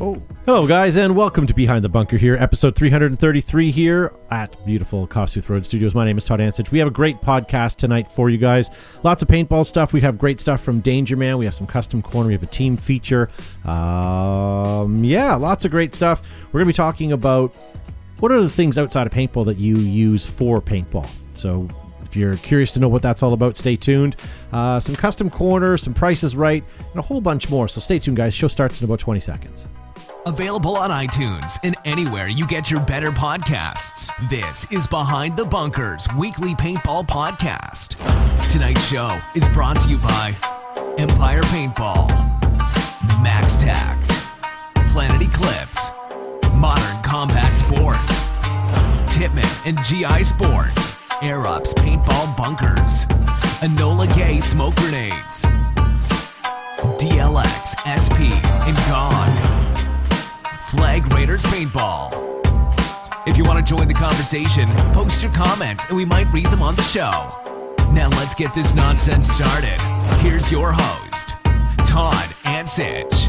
Oh, Hello, guys, and welcome to Behind the Bunker here, episode 333 here at beautiful Kossuth Road Studios. My name is Todd Ansich. We have a great podcast tonight for you guys. Lots of paintball stuff. We have great stuff from Danger Man. We have some custom corner. We have a team feature. Um, yeah, lots of great stuff. We're going to be talking about what are the things outside of paintball that you use for paintball? So if you're curious to know what that's all about, stay tuned. Uh, some custom corner, some prices right, and a whole bunch more. So stay tuned, guys. Show starts in about 20 seconds. Available on iTunes and anywhere you get your better podcasts. This is Behind the Bunkers Weekly Paintball Podcast. Tonight's show is brought to you by Empire Paintball, Max Tact, Planet Eclipse, Modern Combat Sports, Tipman and GI Sports, Air Ups Paintball Bunkers, Enola Gay Smoke Grenades, DLX, SP, and Gone. Flag Raiders Paintball. If you want to join the conversation, post your comments and we might read them on the show. Now let's get this nonsense started. Here's your host, Todd Ansich.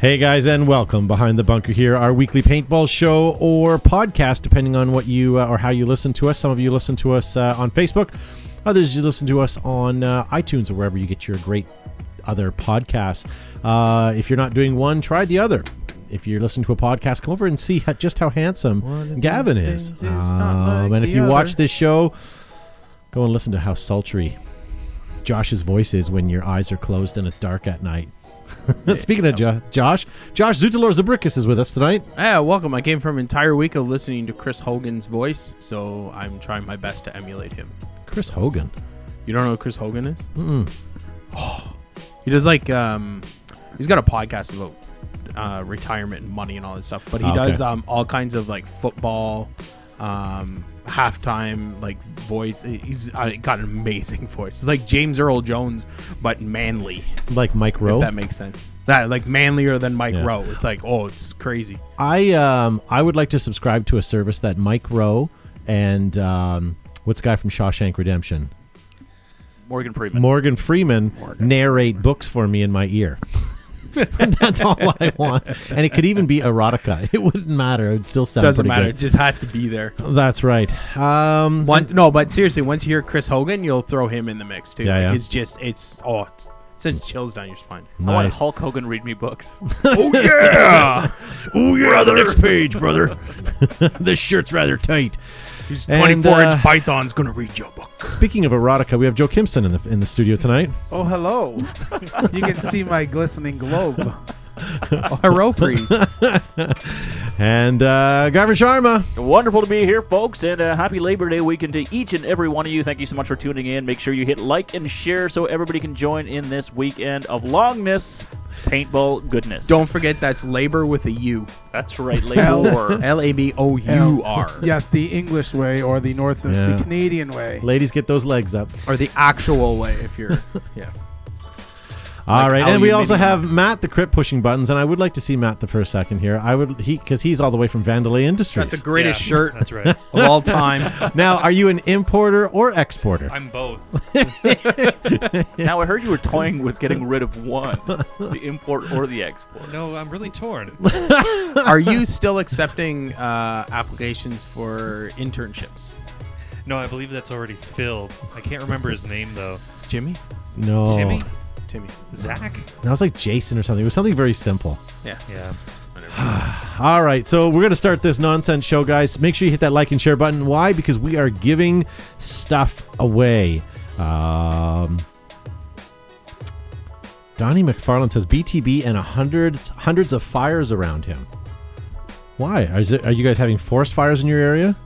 Hey guys, and welcome behind the bunker here, our weekly paintball show or podcast, depending on what you uh, or how you listen to us. Some of you listen to us uh, on Facebook, others you listen to us on uh, iTunes or wherever you get your great other podcasts. Uh, if you're not doing one, try the other. If you're listening to a podcast, come over and see how, just how One of handsome these Gavin things is. is not Um, like and if the you watch other. this show, go and listen to how sultry Josh's voice is when your eyes are closed and it's dark at night. Speaking of jo- Josh, Josh Zutalor Zabrikis is with us tonight. ah, welcome. I came from an entire week of listening to Chris Hogan's voice, so I'm trying my best to emulate him. Chris Hogan. You don't know who Chris Hogan is? Mm-mm. he does like um, he's got a podcast about uh, retirement and money and all this stuff. But he Ah, okay. does um, all kinds of like football, um, halftime like voice. He's uh, got an amazing voice. It's like James Earl Jones, but manly. Like Mike Rowe. If that makes sense. That like manlier than Mike Yeah. Rowe. It's like oh, it's crazy. I um I would like to subscribe to a service that Mike Rowe and um what's the guy from Shawshank Redemption? Morgan Freeman. Morgan Freeman narrate books for me in my ear. That's all I want. And it could even be erotica. It wouldn't matter. It would still sound Doesn't pretty matter. It good. just has to be there. That's right. Um One no, but seriously, once you hear Chris Hogan, you'll throw him in the mix too. Yeah, like yeah. It's just it's oh, it's, it sends chills down your spine. I want nice. Hulk Hogan read me books. Oh yeah. oh yeah, the next page, brother. this shirt's rather tight. His And, 24 inch uh, python's gonna read your book. Speaking of erotica, we have Joe Kimson in the in the studio tonight. Oh, hello. you can see my glistening globe. Heropres. And uh Garvin Sharma. Wonderful to be here, folks, and uh, happy Labor Day weekend to each and every one of you. Thank you so much for tuning in. Make sure you hit like and share so everybody can join in this weekend of longness, paintball goodness. Don't forget that's labor with a U. That's right, L- labor. L A B O U R. Yes, the English way or the North of Yeah. the Canadian way. Ladies get those legs up. Or the actual way if you're yeah. All right, and we also aluminium. have Matt the Crip pushing buttons, and I would like to see Matt the first second here. I would he because he's all the way from Vandalay Industries. That's the greatest Yeah, shirt That's right. of all time. now, are you an importer or exporter? I'm both. now, I heard you were toying with getting rid of one the import or the export. No, I'm really torn. Are you still accepting uh, applications for internships? No, I believe that's already filled. I can't remember his name though. Jimmy? no, Timmy? Timmy. Zach? that was like Jason or something. It was something very simple. Yeah. All right, so we're going to start this nonsense show, guys. Make sure you hit that like and share button. Why? Because we are giving stuff away. Um, Donnie McFarland says BTB and a hundreds hundreds of fires around him. Why? Is it, are you guys having forest fires in your area?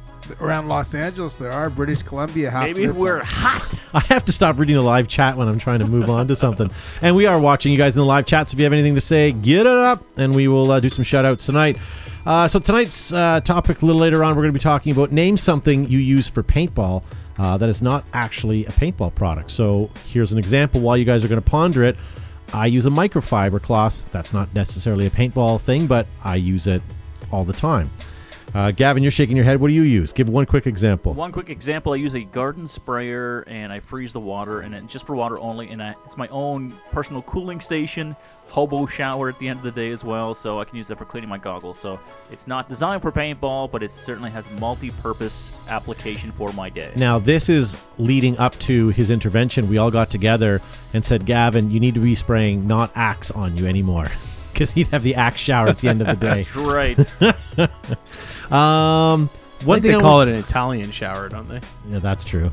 Around Los Angeles, there are British Columbia half Maybe of it's we're a- hot. I have to stop reading the live chat when I'm trying to move on to something. And we are watching you guys in the live chat. So if you have anything to say, get it up, and we will uh, do some shout outs tonight. Uh, so tonight's uh, topic, a little later on, we're going to be talking about name something you use for paintball uh, that is not actually a paintball product. So here's an example while you guys are going to ponder it. I use a microfiber cloth. That's not necessarily a paintball thing, but I use it all the time. Uh, Gavin, you're shaking your head. What do you use? Give one quick example. One quick example: I use a garden sprayer, and I freeze the water, and it's just for water only. And I, it's my own personal cooling station, hobo shower at the end of the day as well, so I can use that for cleaning my goggles. So it's not designed for paintball, but it certainly has multi-purpose application for my day. Now, this is leading up to his intervention. We all got together and said, Gavin, you need to be spraying not axe on you anymore. Because he'd have the axe shower at the end of the day. Right. Um, What one like thing they I call it an Italian shower, don't they? Yeah, that's true.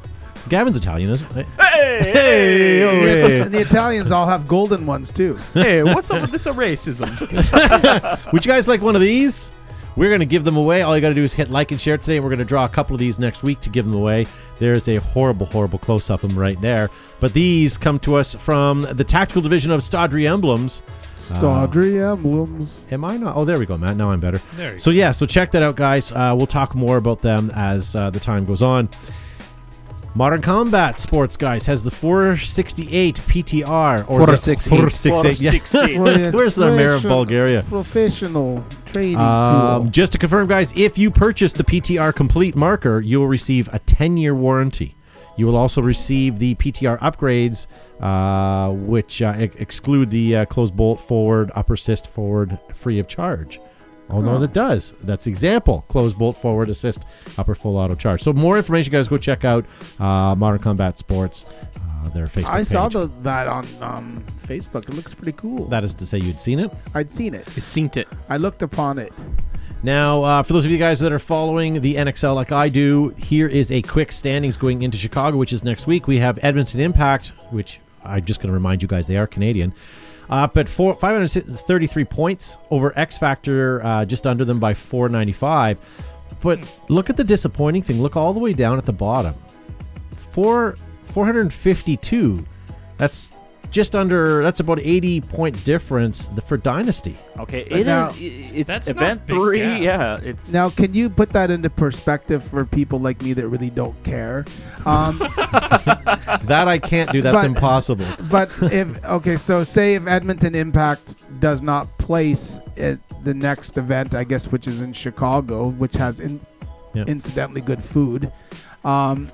Gavin's Italian, isn't it? hey, Hey, oh, hey. And the Italians all have golden ones too. Hey, what's up with this racism? Would you guys like one of these? We're going to give them away. All you got to do is hit like and share today, and we're going to draw a couple of these next week to give them away. There's a horrible, horrible close up of them right there. But these come to us from the tactical division of Stodry Emblems. Uh, Staudry emblems. Am I not? Oh, there we go, Matt. Now I'm better. There you so yeah, so check that out, guys. Uh, we'll talk more about them as uh, the time goes on. Modern Combat Sports, guys, has the 468 PTR or is it 468. 468, yeah. Where's the mayor of Profession- Bulgaria? Professional trading Um, tool. just to confirm, guys, if you purchase the PTR Complete marker, you will receive a 10 year warranty. You will also receive the PTR upgrades, uh, which uh, ex- exclude the uh, closed bolt forward, upper assist forward, free of charge. Oh, no, that does. That's example. Closed bolt forward, assist, upper full auto charge. So, more information, guys, go check out uh, Modern Combat Sports, uh, their Facebook I saw page. the, that on um, Facebook. It looks pretty cool. That is to say, you'd seen it. I'd seen it. I synced it. I looked upon it. Now, uh, for those of you guys that are following the NXL like I do, here is a quick standings going into Chicago, which is next week. We have Edmonton Impact, which I'm just going to remind you guys they are Canadian, up at four, 533 points over X Factor, uh, just under them by 495. But look at the disappointing thing. Look all the way down at the bottom. Four, 452. That's just under, that's about 80 points difference for Dynasty. Okay, it But is. now- It's That's not event big three. gap. Yeah, it's Now, can you put that into perspective for people like me that really don't care? Um, That I can't do. That's But- impossible. but if okay, so say if Edmonton Impact does not place at the next event, I guess, which is in Chicago, which has in, Yeah. incidentally good food. Um,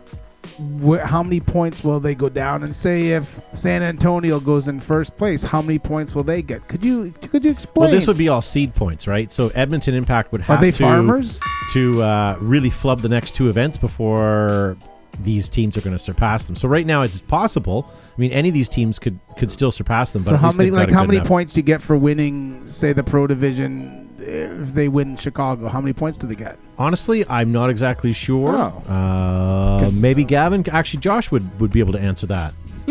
wh- how many points will they go down? And say if San Antonio goes in first place, how many points will they get? Could you could you explain? Well, this would be all seed points, right? So Edmonton Impact would have Are they to farmers? to uh, really flub the next two events before these teams are going to surpass them. So right now it's possible. I mean, any of these teams could could still surpass them. But So at how least many they've got like a how good many enough- points do you get for winning, say, the pro division? eh, If they win Chicago, how many points do they get? Honestly, I'm not exactly sure. Oh. Uh, Good maybe stuff. Gavin, actually, Josh would would be able to answer that.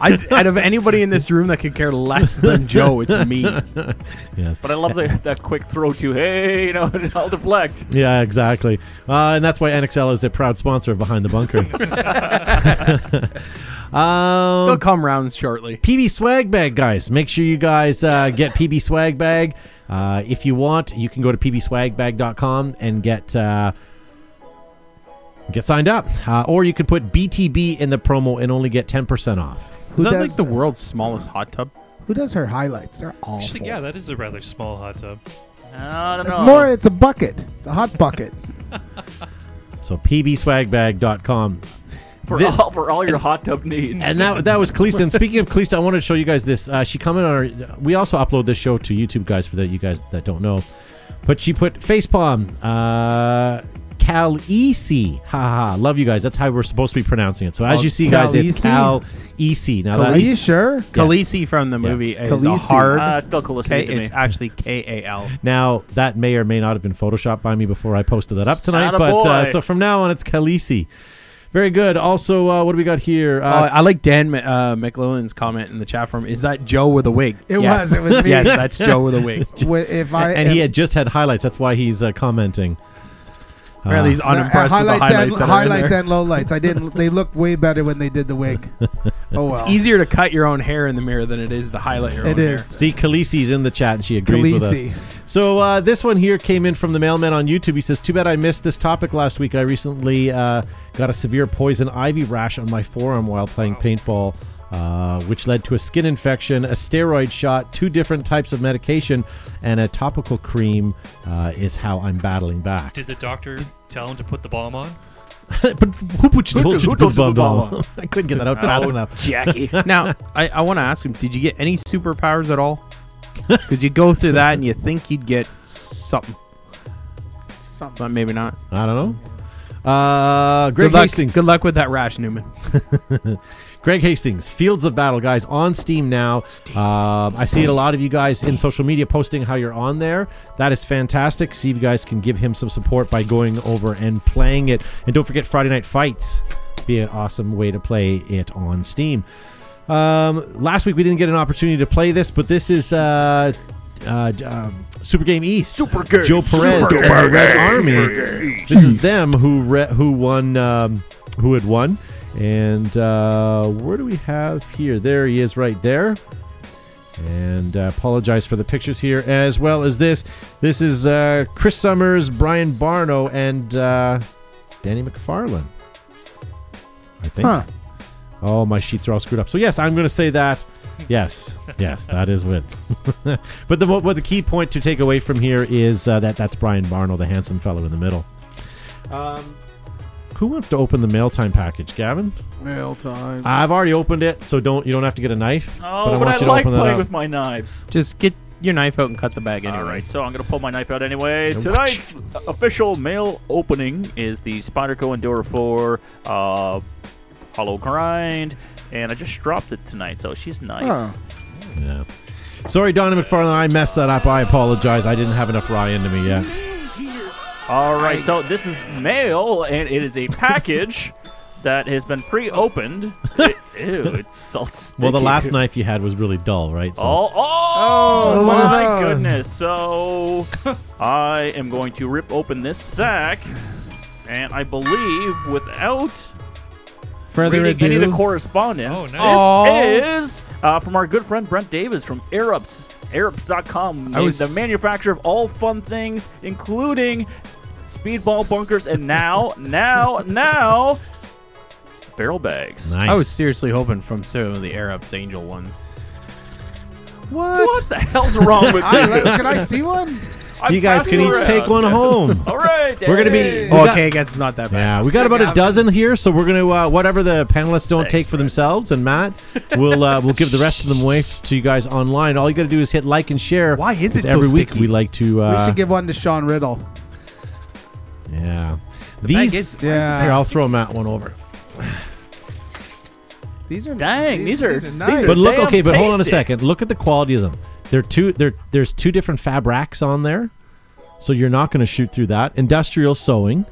I, out of anybody in this room that could care less than Joe, it's me. Yes. But I love the, that quick throw to hey, you know, I'll deflect. Yeah, exactly. Uh, and that's why NXL is a proud sponsor of Behind the Bunker. um, They'll come round shortly. PB Swag Bag, guys. Make sure you guys uh, get PB Swag Bag. Uh, if you want, you can go to pbswagbag.com and get uh, get signed up. Uh, or you can put BTB in the promo and only get 10% off. Is Who that does like the world's smallest hot tub? Who does her highlights? They're awful. Actually, yeah, that is a rather small hot tub. I don't It's know. more. It's a bucket. It's a hot bucket. So pbswagbag.com. for, this- all, for all your hot tub needs. And that, that was Kalista. And speaking of Kalista, I wanted to show you guys this. Uh, she commented on our. We also upload this show to YouTube, guys, for that you guys that don't know. But she put facepalm. Uh, Cal Easy. Ha ha. Love you guys. That's how we're supposed to be pronouncing it. So as Oh, you see, guys, E it's Cal Khaleesi? Easy. Now Are you that's E sure? Khaleesi from the movie is a Khaleesi. hard. uh, it's still Calista K- to me. it's actually K A L. now that may or may not have been photoshopped by me before I posted that up tonight. Atta but uh, boy. so from now on, it's Khaleesi. Very good. Also, uh, what do we got here? Oh, Uh, I like Dan Ma- uh, McLillan's comment in the chat forum. Is that Joe with a wig? It yes. was, it was me. yes, that's Joe with a wig. Wi- If I and if he had just had highlights. That's why he's uh, commenting. Apparently, he's no, uh, unimpressed with the highlights highlights. and that are in highlights there. and lowlights. I didn't. They looked way better when they did the wig. Oh well. It's easier to cut your own hair in the mirror than it is to highlight your It own is. hair. See, Khaleesi's in the chat and she agrees with Khaleesi. us. So uh, this one here came in from the mailman on YouTube. He says, "Too bad I missed this topic last week. I recently uh, got a severe poison ivy rash on my forearm while playing paintball uh, which led to a skin infection, a steroid shot, two different types of medication, and a topical cream uh, is how I'm battling back. Did the doctor tell him to put the bomb on? but who put you, told Who do- you to who put told you the to bomb bomb on? I couldn't get that out fast Oh, enough. Jackie. now, I, I want to ask him: Did you get any superpowers at all? Because you go through that and you think you'd get something, Something. but maybe not. I don't know. Uh, Greg good luck. Hastings. Good luck with that rash, Newman. Greg Hastings, Fields of Battle, guys, on Steam now. Um, I see it a lot of you guys in social media posting how you're on there. That is fantastic. See if you guys can give him some support by going over and playing it. And don't forget Friday Night Fights. Be an awesome way to play it on Steam. Um, last week we didn't get an opportunity to play this, but this is uh, uh, um, Super Game East. Super Game. Joe Perez Super and the Red Army. This is them who re- who won um, who had won. And uh, where do we have here? There he is, right there. And uh, apologize for the pictures here, as well as this. This is uh, Chris Summers, Brian Barno, and uh, Danny McFarlane. I think. Huh. Oh, my sheets are all screwed up. So yes, I'm going to say that. Yes, yes, that is what. but the what the key point to take away from here is uh, that that's Brian Barnell, the handsome fellow in the middle. Um, who wants to open the mail time package, Gavin? Mail time. I've already opened it, so don't you don't have to get a knife. Oh, but I, like playing with my knives. Just get your knife out and cut the bag anyway. All right, so I'm gonna pull my knife out anyway. Tonight's official mail opening is the Spyderco Endura 4 uh, Hollow Grind, and I just dropped it tonight, so she's nice. Huh. Yeah. Sorry, Donna McFarlane, I messed that up. I apologize. I didn't have enough rye into me yet. All right, so this is mail, and it is a package that has been pre-opened. It- ew, it's all sticky. Well, the last knife you had was really dull, right? So Oh, oh, Oh, one of my those. goodness. So I am going to rip open this sack, and I believe without Further reading any of the ado. correspondence, Oh, this nice. is uh, from our good friend Brent Davis from Aerups, Aerups.com, named was- the manufacturer of all fun things, including speedball bunkers and now, now, now, barrel bags. nice. I was seriously hoping from some of the Arabs Angel ones. what? What the hell's wrong with I, you? can I see one? I'm You guys can passing each take around. one home. All right, We're gonna be hey. we Oh, got- okay, I guess it's not that bad. Yeah, we got about a dozen here, so we're gonna uh, whatever the panelists don't Thanks, take for themselves, and Matt, we'll uh, we'll give the rest of them away f- to you guys online. All you gotta do is hit like and share. Why is it It's so every week sticky? we like to? we Uh, should give one to Sean Riddle. yeah, Bag these. is- Yeah. here, I'll throw Matt one over. These are Dang, these are- these nice. are- But look, damn okay, but hold on a tasty. second. Look at the quality of them. They're two. There, there's two different fab racks on there, so you're not gonna shoot through that. Industrial sewing,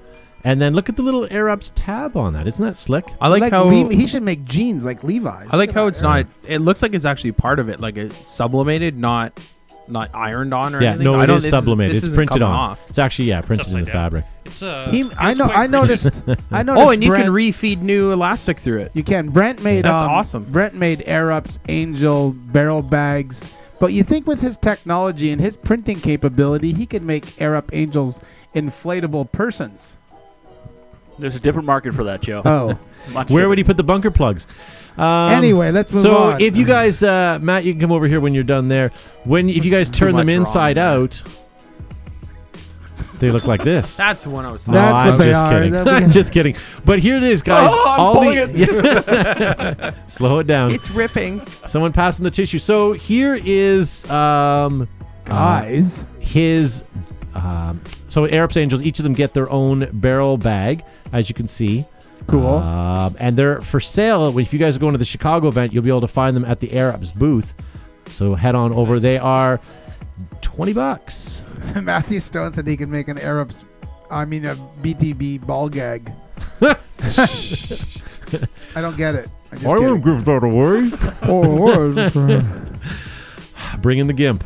and then look at the little air ups tab on that. Isn't that slick? I like, how Le- he should make jeans like Levi's. I like how it's not. It looks like it's actually part of it, like it's sublimated, not not ironed on or Yeah, anything. no, I it don't- is this- sublimated. this It's isn't printed coming on. off. It's actually yeah, printed in Upside the down. fabric. It's uh. He, it I was know. quite I pretty. noticed. I noticed. Oh, and you Brent, can refeed new elastic through it. You can. Brent made. That's um, awesome. Brent made Air Ups, Angel, Barrel Bags. But you think with his technology and his printing capability, he could make Air Up Angels inflatable persons. There's a different market for that, Joe. Oh. Much Where would he different. put the bunker plugs? Um, anyway, let's move so on. if you guys, uh, Matt, you can come over here when you're done there. When if you guys There's too turn them much wrong inside there. out, they look like this. That's the one I was. No, Talking. That's I'm what they just are. kidding. That we- I'm just kidding. But here it is, guys. Oh, I'm All pulling the Yeah. slow it down. It's ripping. Someone pass him the tissue. So here is um, guys, his um, so Arabs Angels. Each of them get their own barrel bag, as you can see. cool. Um, and they're for sale. If you guys are going to the Chicago event, you'll be able to find them at the Arabs booth. So head on over. They are twenty bucks. Matthew Stone said he could make an Air Ups. I mean a BTB ball gag. I don't get it. I'm just kidding. give that away. oh, Bring in the gimp.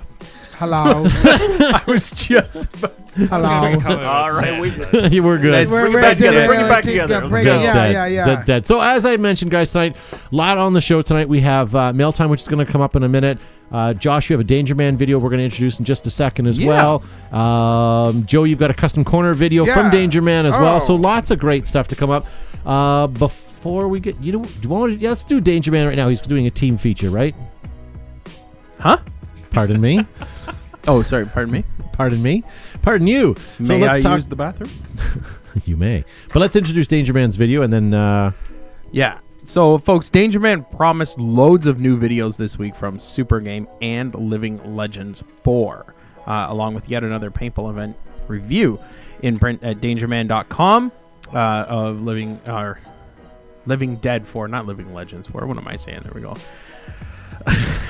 hello, I was just. hello. Come out, All it's right, we- sad, but- you were good. Zed's- Bring it back together. Bring it back together. Bring Zed's it, yeah, dead. yeah, yeah. Zed's dead. So as I mentioned, guys, tonight a lot on the show tonight. We have uh, mail time, which is going to come up in a minute. Uh, Josh, you have a Danger Man video we're going to introduce in just a second as Yeah. well. Um, Joe, you've got a custom corner video from Yeah. Danger Man as well. Oh. So lots of great stuff to come up. Uh, bef- before we get you know do you want yeah, let's do Danger Man right now. He's doing a team feature, right? Huh? Pardon me. Oh, sorry. Pardon me. Pardon me. Pardon you. May so let's I talk use the bathroom? you may. But let's introduce Danger Man's video and then uh Yeah. So, folks, Danger Man promised loads of new videos this week from Super Game and Living Legends 4, uh, along with yet another paintball event review in print at dangerman.com uh, of Living or Living Dead 4, not Living Legends 4. What am I saying? There we go.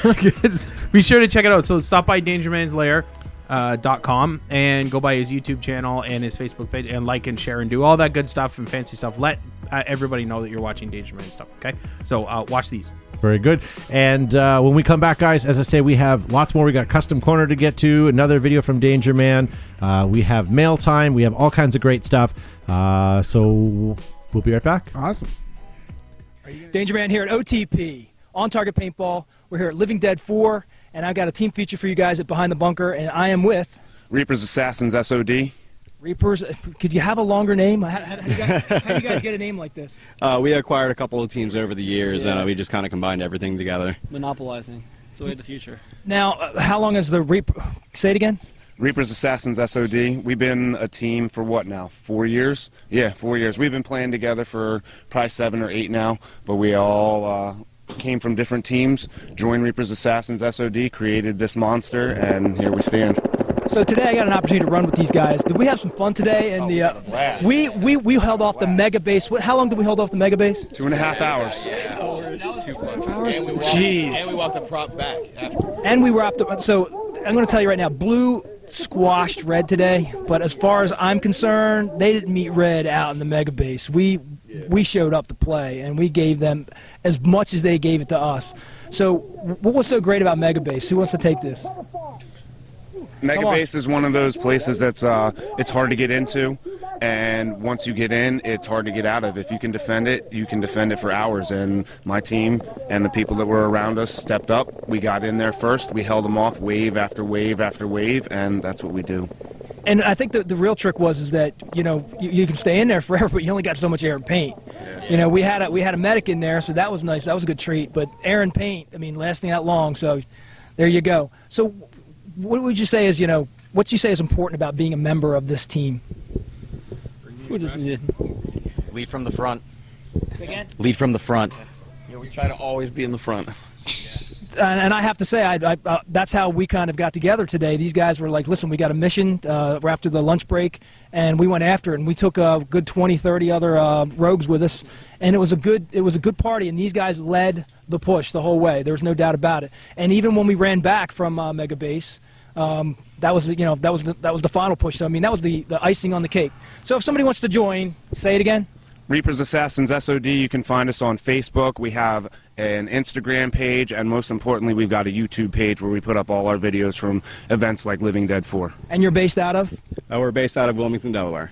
It's- Be sure to check it out. So, stop by Dangerman's Lair. Uh, dot com and go by his YouTube channel and his Facebook page and like and share and do all that good stuff and fancy stuff. Let uh, everybody know that you're watching Danger Man stuff. Okay, so uh, watch these. Very good. And uh, when we come back, guys, as I say, we have lots more. We got custom corner to get to, another video from Danger Man. Uh, we have mail time. We have all kinds of great stuff. Uh, so we'll be right back. Awesome. Danger Man here at OTP, On Target Paintball. We're here at Living Dead 4, and I've got a team feature for you guys at Behind the Bunker, and I am with Reaper's Assassins SOD. Reapers. Could you have a longer name? How, how, how, do, you guys, how do you guys get a name like this? Uh, we acquired a couple of teams over the years, and uh, we just kind of combined everything together. monopolizing. It's the way of the future. Now, uh, how long is the Reap? Say it again. Reaper's Assassins SOD. We've been a team for what now? Four years? Yeah, four years. We've been playing together for probably seven or eight now, but we all uh, came from different teams, joined Reaper's Assassins SOD, created this monster, and here we stand. So today I got an opportunity to run with these guys. Did we have some fun today? And the Oh, uh, had a blast. we we we held off the mega base. What- How long did we hold off the mega base? Two and a half hours. Jeez. we walked the prop back. And we wrapped up. So I'm going to tell you right now, blue squashed red today. But as far as I'm concerned, they didn't meet red out in the mega base. We we showed up to play, and we gave them as much as they gave it to us. So wh- what was so great about mega base? Who wants to take this? Come on. Megabase is one of those places that's uh, it's hard to get into, and once you get in, it's hard to get out of. If you can defend it, you can defend it for hours. And my team and the people that were around us stepped up. We got in there first. We held them off wave after wave after wave, and that's what we do. And I think the, the real trick was is that you know you, you can stay in there forever, but you only got so much air and paint. You know we had a we had a medic in there, so that was nice. That was a good treat. But air and paint, I mean, lasting that long, so there you go. So what would you say is you know what you say is important about being a member of this team? Who doesn't need Lead from the front. Again? Lead from the front. Yeah, we try to always be in the front. and, and I have to say, I, I, uh, that's how we kind of got together today. These guys were like, listen, we got a mission. Uh, we're after the lunch break, and we went after it. And we took a good 20, 30 other uh, rogues with us, and it was a good, it was a good party. And these guys led the push the whole way. There was no doubt about it. And even when we ran back from uh, Mega Base. Um, that was, the- you know, that was the, that was the final push. So I mean, that was the, the icing on the cake. So if somebody wants to join, say it again. Reapers Assassins SOD, you can find us on Facebook. We have an Instagram page, and most importantly, we've got a YouTube page where we put up all our videos from events like Living Dead 4. And you're based out of? Uh, we're based out of Wilmington, Delaware.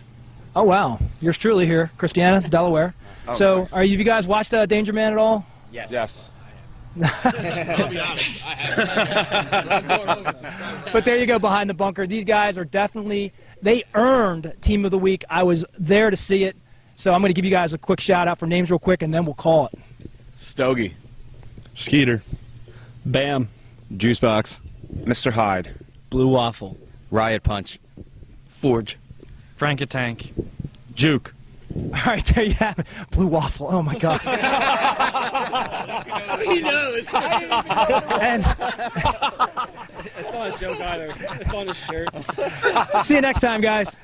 Oh wow, yours truly here, Christiana, Delaware. so, nice. are you, have you guys watched uh, Danger Man at all? Yes. But there you go, behind the bunker. These guys are definitely they earned Team of the Week. I was there to see it, so I'm going to give you guys a quick shout out for names real quick, and then we'll call it. Stogie. Skeeter. Bam. Juice Box. Mr. Hyde. Blue waffle. Riot Punch. Forge. Frank-a-tank. Juke. All right, there you have it. Blue waffle. Oh my god. He knows. And It's not a joke either. It's on his shirt. see you next time, guys.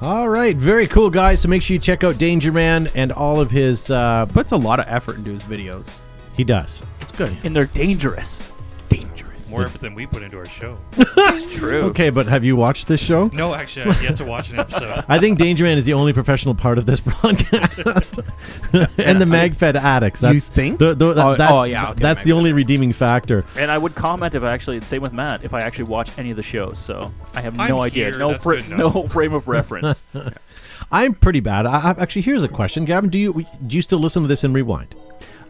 All right. Very cool, guys. So make sure you check out Danger Man and all of his. Uh, Puts a lot of effort into his videos. he does. It's good. And they're dangerous. Dangerous. More effort than we put into our show. Oh, True. Okay, but have you watched this show? No, actually, I've yet to watch an episode. I think Danger Man is the only professional part of this broadcast, and the MagFed addicts. You That's, think? The, the, Oh, that- oh, yeah, okay, that's the MagFed. only redeeming factor. And I would comment if I actually, same with Matt, if I actually watch any of the shows. So I have I'm no idea, here, no that's fr- good enough. no frame of reference. I'm pretty bad. I, I, actually, here's a question, Gavin. Do you do you still listen to this in rewind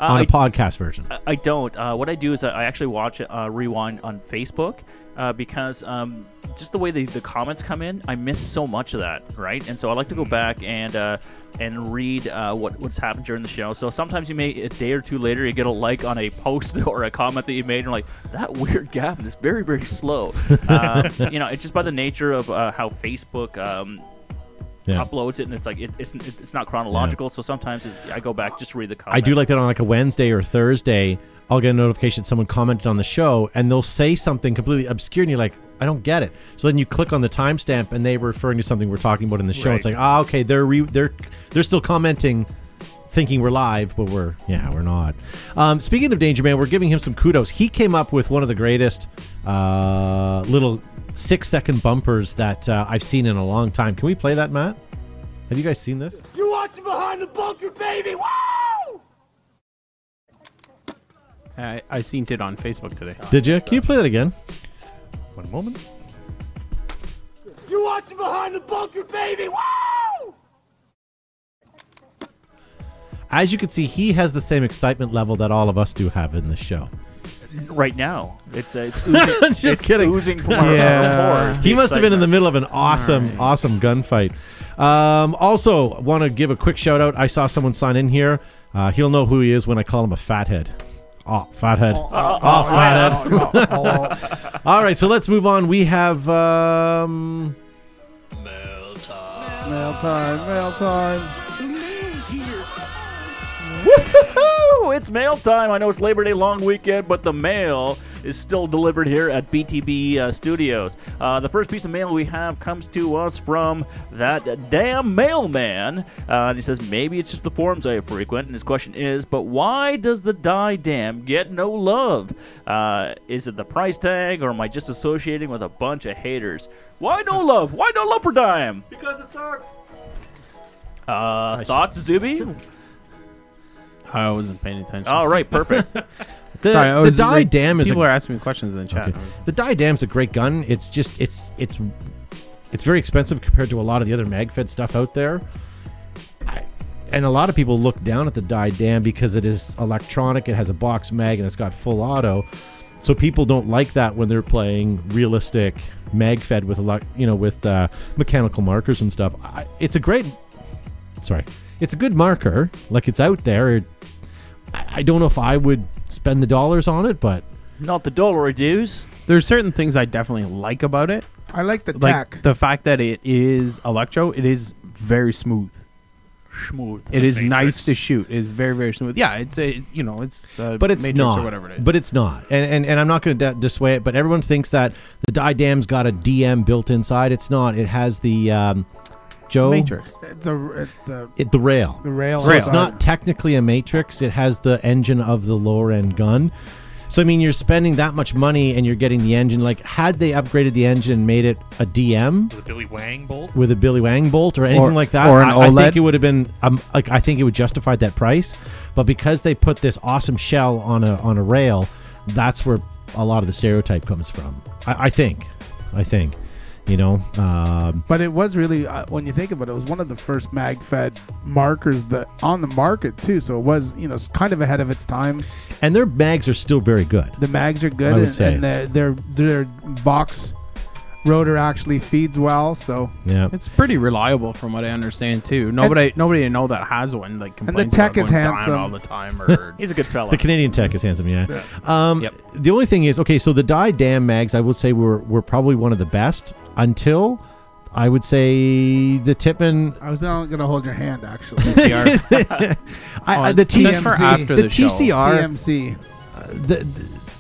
on a I- podcast version? I don't. Uh, what I do is I I actually watch uh, Rewind on Facebook, uh, because um, just the way the, the comments come in, I miss so much of that, right? And so I like Hmm. to go back and uh, and read uh, what what's happened during the show. So sometimes you may a day or two later you get a like on a post or a comment that you made, and you're like that weird gap is very very slow. um, you know, it's just by the nature of uh, how Facebook. Um, Yeah. uploads it and it's like it, it's it's not chronological so sometimes it, i go back just to read the comments I do like that on like a Wednesday or Thursday. I'll get a notification that someone commented on the show, and they'll say something completely obscure, and you're like, I don't get it. So then you click on the timestamp, and they're referring to something we're talking about in the show. It's like, Right. ah, okay, they're re- they're they're still commenting, thinking we're live, but we're yeah, we're not. Um, speaking of Danger Man, we're giving him some kudos. He came up with one of the greatest uh, little six second bumpers that uh, I've seen in a long time. Can we play that, Matt? Have you guys seen this? You're watching behind the bunker, baby. Woo! I, I seen it on Facebook today. Did you? Can you play that again? One moment. You're watching behind the bunker, baby. Woo! as you can see, he has the same excitement level that all of us do have in this show. right now it's uh, it's oozing, Just it's kidding. oozing from our- our pores, he the must have been in the excitement. middle of an awesome, awesome gunfight. Um, also, want to give a quick shout out. I saw someone sign in here. Uh, he'll know who he is when I call him a fathead. Oh, fathead. Oh, fathead. all right, so let's move on. We have. Um, Mail time, mail time. Woo-hoo-hoo! It's mail time. I know it's Labor Day long weekend, but the mail is still delivered here at BTB uh, Studios. Uh, the first piece of mail we have comes to us from that damn mailman. Uh, and he says, maybe it's just the forums I frequent. And his question is, but why does the die dam get no love? Uh, is it the price tag, or am I just associating with a bunch of haters? Why no love? Why no love for dime? Because it sucks. Uh, thoughts, Zuby? I wasn't paying attention. All right, perfect. the Sorry, I the was just die like- dam is a People are asking me questions in the chat. Okay. The die dam's a great gun. It's just it's it's it's very expensive compared to a lot of the other magfed stuff out there. I- And a lot of people look down at the die dam because it is electronic, it has a box mag, and it's got full auto. So people don't like that when they're playing realistic magfed with a lot, you know, with uh, mechanical markers and stuff. I, it's a great, sorry, it's a good marker. Like it's out there. It, I, I don't know if I would spend the dollars on it, but Not the dollar dues. There's certain things I definitely like about it. I like the Like tack. the fact that it is electro, it is very smooth. Schmooth. It is nice Matrix. to shoot. It's very very smooth. Yeah, it's a you know it's uh but it's Matrix not. or whatever it is. But it's not. And and, and I'm not going to d- dissuade it. But everyone thinks that the die dam's got a DM built inside. It's not. It has the um, Joe Matrix. It's a, it's a It, the rail. the rail. So it's not technically a matrix. It has the engine of the lower end gun. So I mean, you're spending that much money and you're getting the engine. Like, had they upgraded the engine, and made it a DM The Billy Wang bolt. with a Billy Wang bolt or anything Or- like that, or an E I, I OLED. think it would have been um, like I think it would justify that price. But because they put this awesome shell on a on a rail, that's where a lot of the stereotype comes from. I, I think, I think, you know, um, But it was really, uh, when you think about it, it was one of the first mag-fed markers that on the market too. So it was, you know, it's kind of ahead of its time. and their mags are still very good. The mags are good, I would and, say. and their, their their box rotor actually feeds well. So Yeah, It's pretty reliable from what I understand too. Nobody nobody I know that has one like complains tech about is going down handsome. all the time or He's a good fella. the Canadian Tech is handsome. Yeah. Um, Yep. The only thing is, okay, so the die dam mags, I would say were were probably one of the best until. I would say the Tippmann I was not gonna hold your hand actually. TCR. I, Oh, I- the it's- TCR, that's for after the, the show. TCR, TMC, the,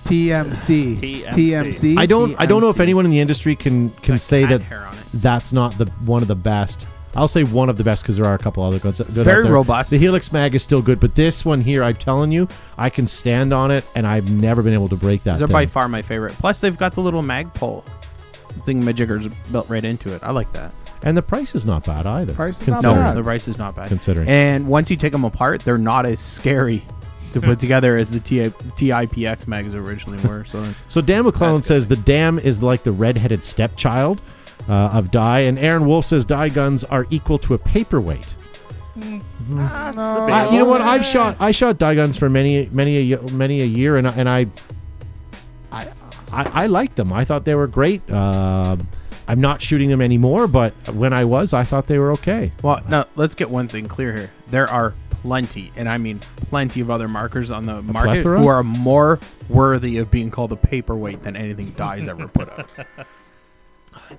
TMC, TMC. TMC. I don't. I don't know if TMC. anyone in the industry can can say cat that hair on it. that's not the one of the best. I'll say one of the best because there are a couple other guns. good out very there. robust. The Helix Mag is still good, but this one here, I'm telling you, I can stand on it, and I've never been able to break that. Those are thing. by far my favorite. Plus, they've got the little mag pole thing. Majigger's built right into it. I like that. and the price is not bad either. Price is not No, considering. bad. the rice is not bad. Considering. and once you take them apart, they're not as scary to put together as the T- TIPX mags originally were. So it's So Dan McClellan says the dam is like the redheaded stepchild uh, of die, and Aaron Wolf says die guns are equal to a paperweight. I, you know what? I've shot I shot die guns for many many a y- many a year, and I, and I I I, I liked them. I thought they were great. Um I'm not shooting them anymore, but when I was, I thought they were okay. Well, Oh, now let's get one thing clear here. There are plenty, and I mean plenty of other markers on the market plethora? who are more worthy of being called a paperweight than anything Die's ever put out.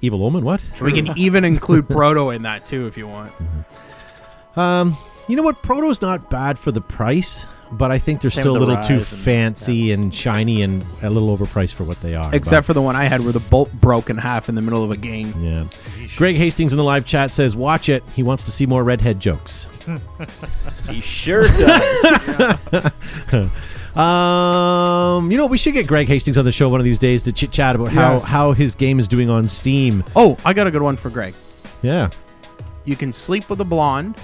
Evil Omen, what? We can even include Proto in that too if you want. Mm-hmm. Um, you know what? Proto's not bad for the price, but I think they're Same still a with the little too Rise and- fancy and shiny and a little overpriced for what they are. Except for the one I had where the bolt broke in half in the middle of a game. Yeah. Greg Hastings in the live chat says, "Watch it. He wants to see more redhead jokes." he sure does. um, you know, we should get Greg Hastings on the show one of these days to chit chat about how Yes. how his game is doing on Steam. Oh, I got a good one for Greg. Yeah. You can sleep with a blonde,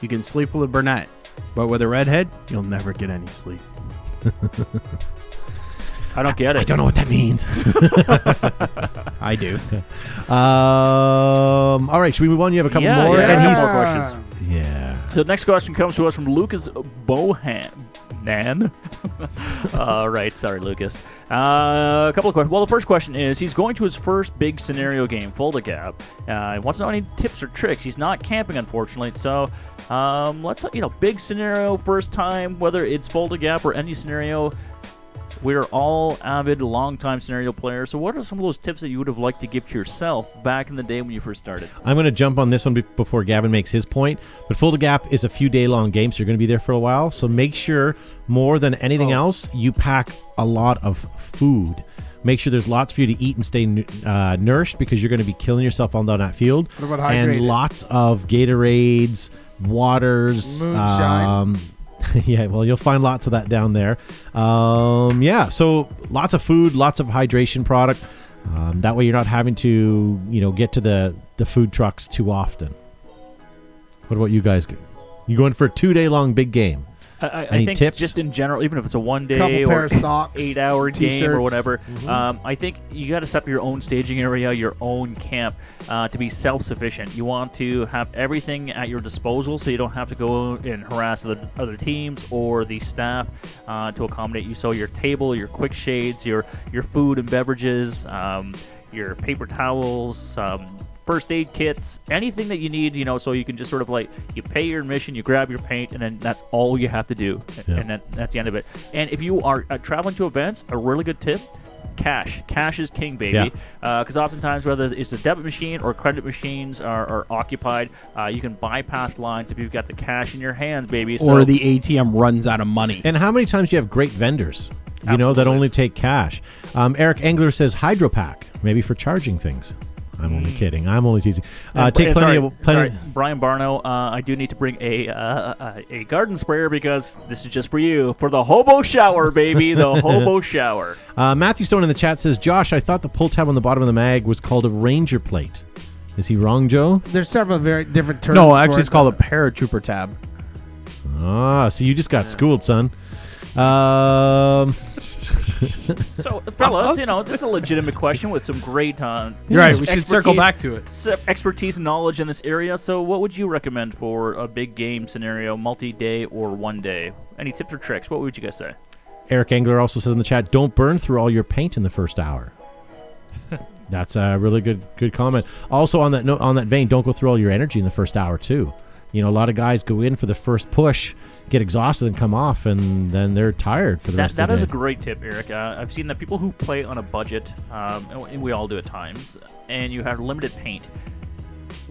you can sleep with a brunette, but with a redhead, you'll never get any sleep. I don't get it. I don't know what that means. I do. Um, all right, should we move on? You have a couple Yeah, more, yeah, and a he's couple more questions. yeah. So the next question comes to us from Lucas Bohan. Nan. All right, sorry, Lucas. Uh, a couple of questions. Well, the first question is he's going to his first big scenario game, Fold a Gap. Uh, he wants to know any tips or tricks. He's not camping, unfortunately. So um, let's, you know, big scenario, first time, whether it's Fold a Gap or any scenario. We're all avid, long-time scenario players. So, what are some of those tips that you would have liked to give to yourself back in the day when you first started? I'm going to jump on this one be- before Gavin makes his point. But Full to Gap is a few day long game, so you're going to be there for a while. So make sure, more than anything Oh. else, you pack a lot of food. Make sure there's lots for you to eat and stay nu- uh, nourished because you're going to be killing yourself on that field. What about and hydrated? lots of Gatorades, waters, Moonshine. Um, yeah, well, you'll find lots of that down there. Um, yeah, so lots of food, lots of hydration product. Um, that way, you're not having to, you know, get to the the food trucks too often. What about you guys? You going for a two day long big game? I, I, Any I think tips? just in general, even if it's a one Couple day pair or of socks, eight hour game or t-shirts. Mm-hmm. whatever, um, I think you got to set up your own staging area, your own camp uh, to be self sufficient. You want to have everything at your disposal so you don't have to go and harass other, other teams or the staff uh, to accommodate you. So your table, your quick shades, your, your food and beverages, um, your paper towels, um, first aid kits, anything that you need, you know, so you can just sort of like you pay your admission, you grab your paint, and then that's all you have to do, Yeah. and that, that's the end of it. And if you are uh, traveling to events, a really good tip. Cash, cash is king, baby. Because oftentimes, whether it's the debit machine or credit machines are, are occupied, uh, you can bypass lines if you've got the cash in your hands, baby. So Or the ATM runs out of money. And how many times do you have great vendors? You know that only take cash. Um, Eric Engler says hydropack, maybe for charging things. I'm only Mm. kidding. I'm only teasing. Uh, And- take and plenty eh, sorry, of plenty. sorry, Brian Barno, uh, I do need to bring a uh, a- a garden sprayer because this is just for you for the hobo shower, baby. The hobo shower. Uh, Matthew Stone in the chat says, Josh, I thought the pull tab on the bottom of the mag was called a ranger plate. Is he wrong, Joe? There's several very different terms. No, for actually, it, it's called a paratrooper tab. Ah, so you just got schooled, son. Um, So, fellas, you know this is a legitimate question with some great uh, Oh. You're right, we should circle expertise- back to it. se- Expertise and knowledge in this area. So, what would you recommend for a big game scenario, multi-day or one day? Any tips or tricks? What would you guys say? Eric Engler also says in the chat, don't burn through all your paint in the first hour. That's a really good good comment. Also on that note, on that vein, don't go through all your energy in the first hour too. You know, a lot of guys go in for the first push, get exhausted, and come off, and then they're tired for the That, rest of that the is a day. great tip, Eric. Uh, I've seen that people who play on a budget, um, and we- and we all do at times, and you have limited paint.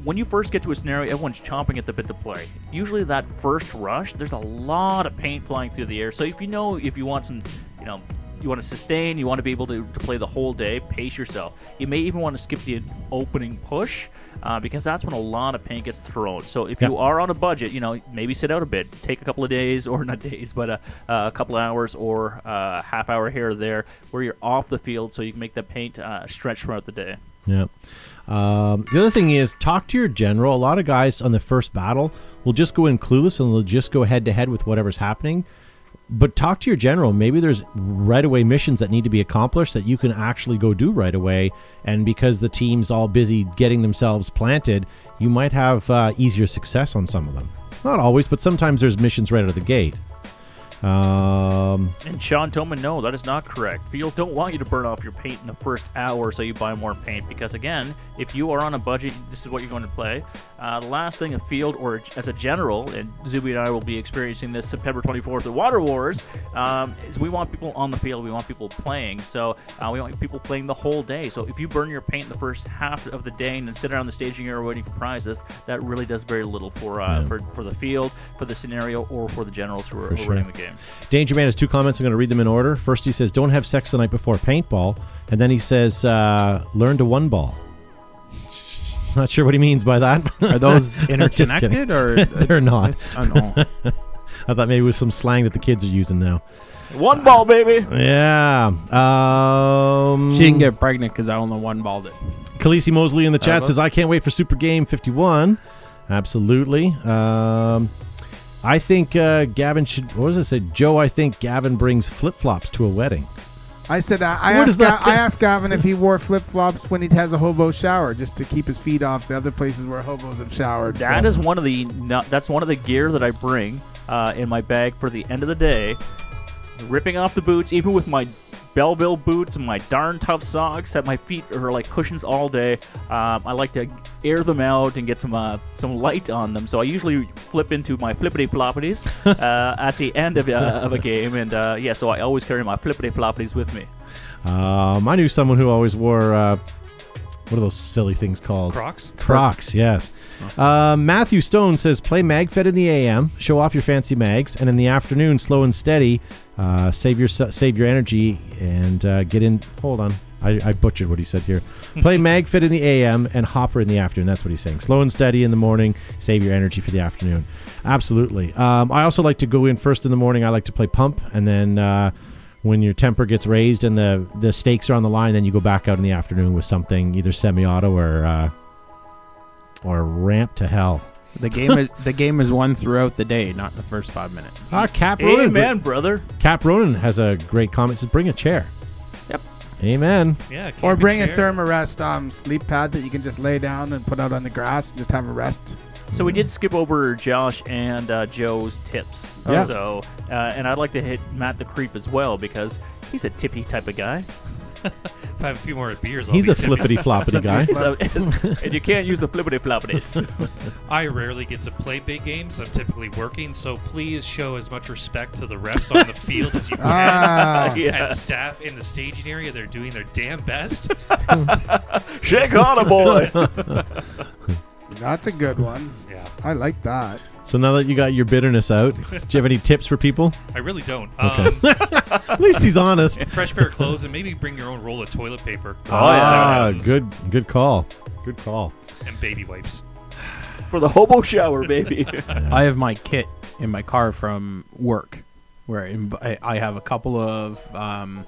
When you first get to a scenario, everyone's chomping at the bit to play. Usually, that first rush, there's a lot of paint flying through the air. So if you know if you want some, you know, you want to sustain, you want to be able to, to play the whole day, pace yourself. You may even want to skip the opening push uh, because that's when a lot of paint gets thrown. So if Yeah. you are on a budget, you know, maybe sit out a bit, take a couple of days or not days, but uh, uh, a couple of hours or uh, half hour here or there where you're off the field so you can make the paint uh, stretch throughout the day. Yeah. Um, the other thing is talk to your general. A lot of guys on the first battle will just go in clueless and they'll just go head to head with whatever's happening. But talk to your general. Maybe there's right away missions that need to be accomplished that you can actually go do right away. And because the team's all busy getting themselves planted, you might have uh, easier success on some of them. Not always, but sometimes there's missions right out of the gate. Um, And Sean Toman, no, that is not correct. Fields don't want you to burn off your paint in the first hour, so you buy more paint. Because again, if you are on a budget, this is what you're going to play. Uh, the last thing, a field or as a general, and Zuby and I will be experiencing this September 24th at Water Wars. Um, is we want people on the field. We want people playing. So uh, we want people playing the whole day. So if you burn your paint in the first half of the day and then sit around the staging area waiting for prizes, that really does very little for uh, Yeah. for, for the field, for the scenario, or for the generals who are, For who are running sure. the game. Danger Man has two comments. I'm going to read them in order. First, he says, "Don't have sex the night before paintball," and then he says, uh, "Learn to one ball." Not sure what he means by that. Are those Just kidding. interconnected, or- uh, they're not? I don't I thought maybe it was some slang that the kids are using now. One ball, baby. Yeah. Um, She didn't get pregnant because I only one balled it. Uh-huh. Khaleesi Mosley in the chat Hello. says, I can't wait for Super Game 51. Absolutely. Um, I think uh, Gavin should. What does it say? Joe, I think Gavin brings flip flops to a wedding. I said I, I, What asked, does that Ga- I asked Gavin if he wore flip flops when he has a hobo shower, just to keep his feet off the other places where hobos have showered. That so. is one of the no, that's one of the gear that I bring uh, in my bag for the end of the day. Ripping off the boots, even with my Belleville boots and my darn tough socks, that my feet are like cushions all day. Um, I like to air them out and get some uh, some light on them. So I usually flip into my flippity floppities uh, at the end of, uh, of a game, and uh, yeah, so I always carry my flippity floppities with me. Um, I knew someone who always wore. Uh, what are those silly things called? Crocs? Crocs, yes. Uh, Matthew Stone says play MagFed in the AM, show off your fancy mags, and in the afternoon, slow and steady, uh, save your save your energy and uh, get in. Hold on, I, I butchered what he said here. Play MagFed in the AM and Hopper in the afternoon. That's what he's saying. Slow and steady in the morning, save your energy for the afternoon. Absolutely. Um, I also like to go in first in the morning. I like to play pump, and then. Uh, when your temper gets raised and the, the stakes are on the line, then you go back out in the afternoon with something either semi-auto or uh, or ramp to hell. The game is the game is won throughout the day, not the first five minutes. Ah, Cap Ronan. Amen, brother. Cap Ronan has a great comment. Says, "Bring a chair." Yep. Amen. Yeah. Or camping bring a chair. thermarest um, sleep pad that you can just lay down and put out on the grass and just have a rest. So we did skip over Josh and uh, Joe's tips. Yeah. So, uh, and I'd like to hit Matt the Creep as well because he's a tippy type of guy. If I have a few more beers, I'll He's be a tippy. flippity floppity guy. So- and you can't use the flippity floppities. I rarely get to play big games. I'm typically working, so please show as much respect to the refs on the field as you Ah. can. And Yes. staff in the staging area, they're doing their damn best. Shake on a boy. That's a good one. Yeah. I like that. So now that you got your bitterness out, do you have any tips for people? I really don't. Okay. Um, At least he's honest. fresh Oh, pair of clothes and maybe bring your own roll of toilet paper. Oh, ah, good, good call. Good call. And baby wipes. For the hobo shower, baby. I have my kit in my car from work, where I inv- I, I have a couple of um,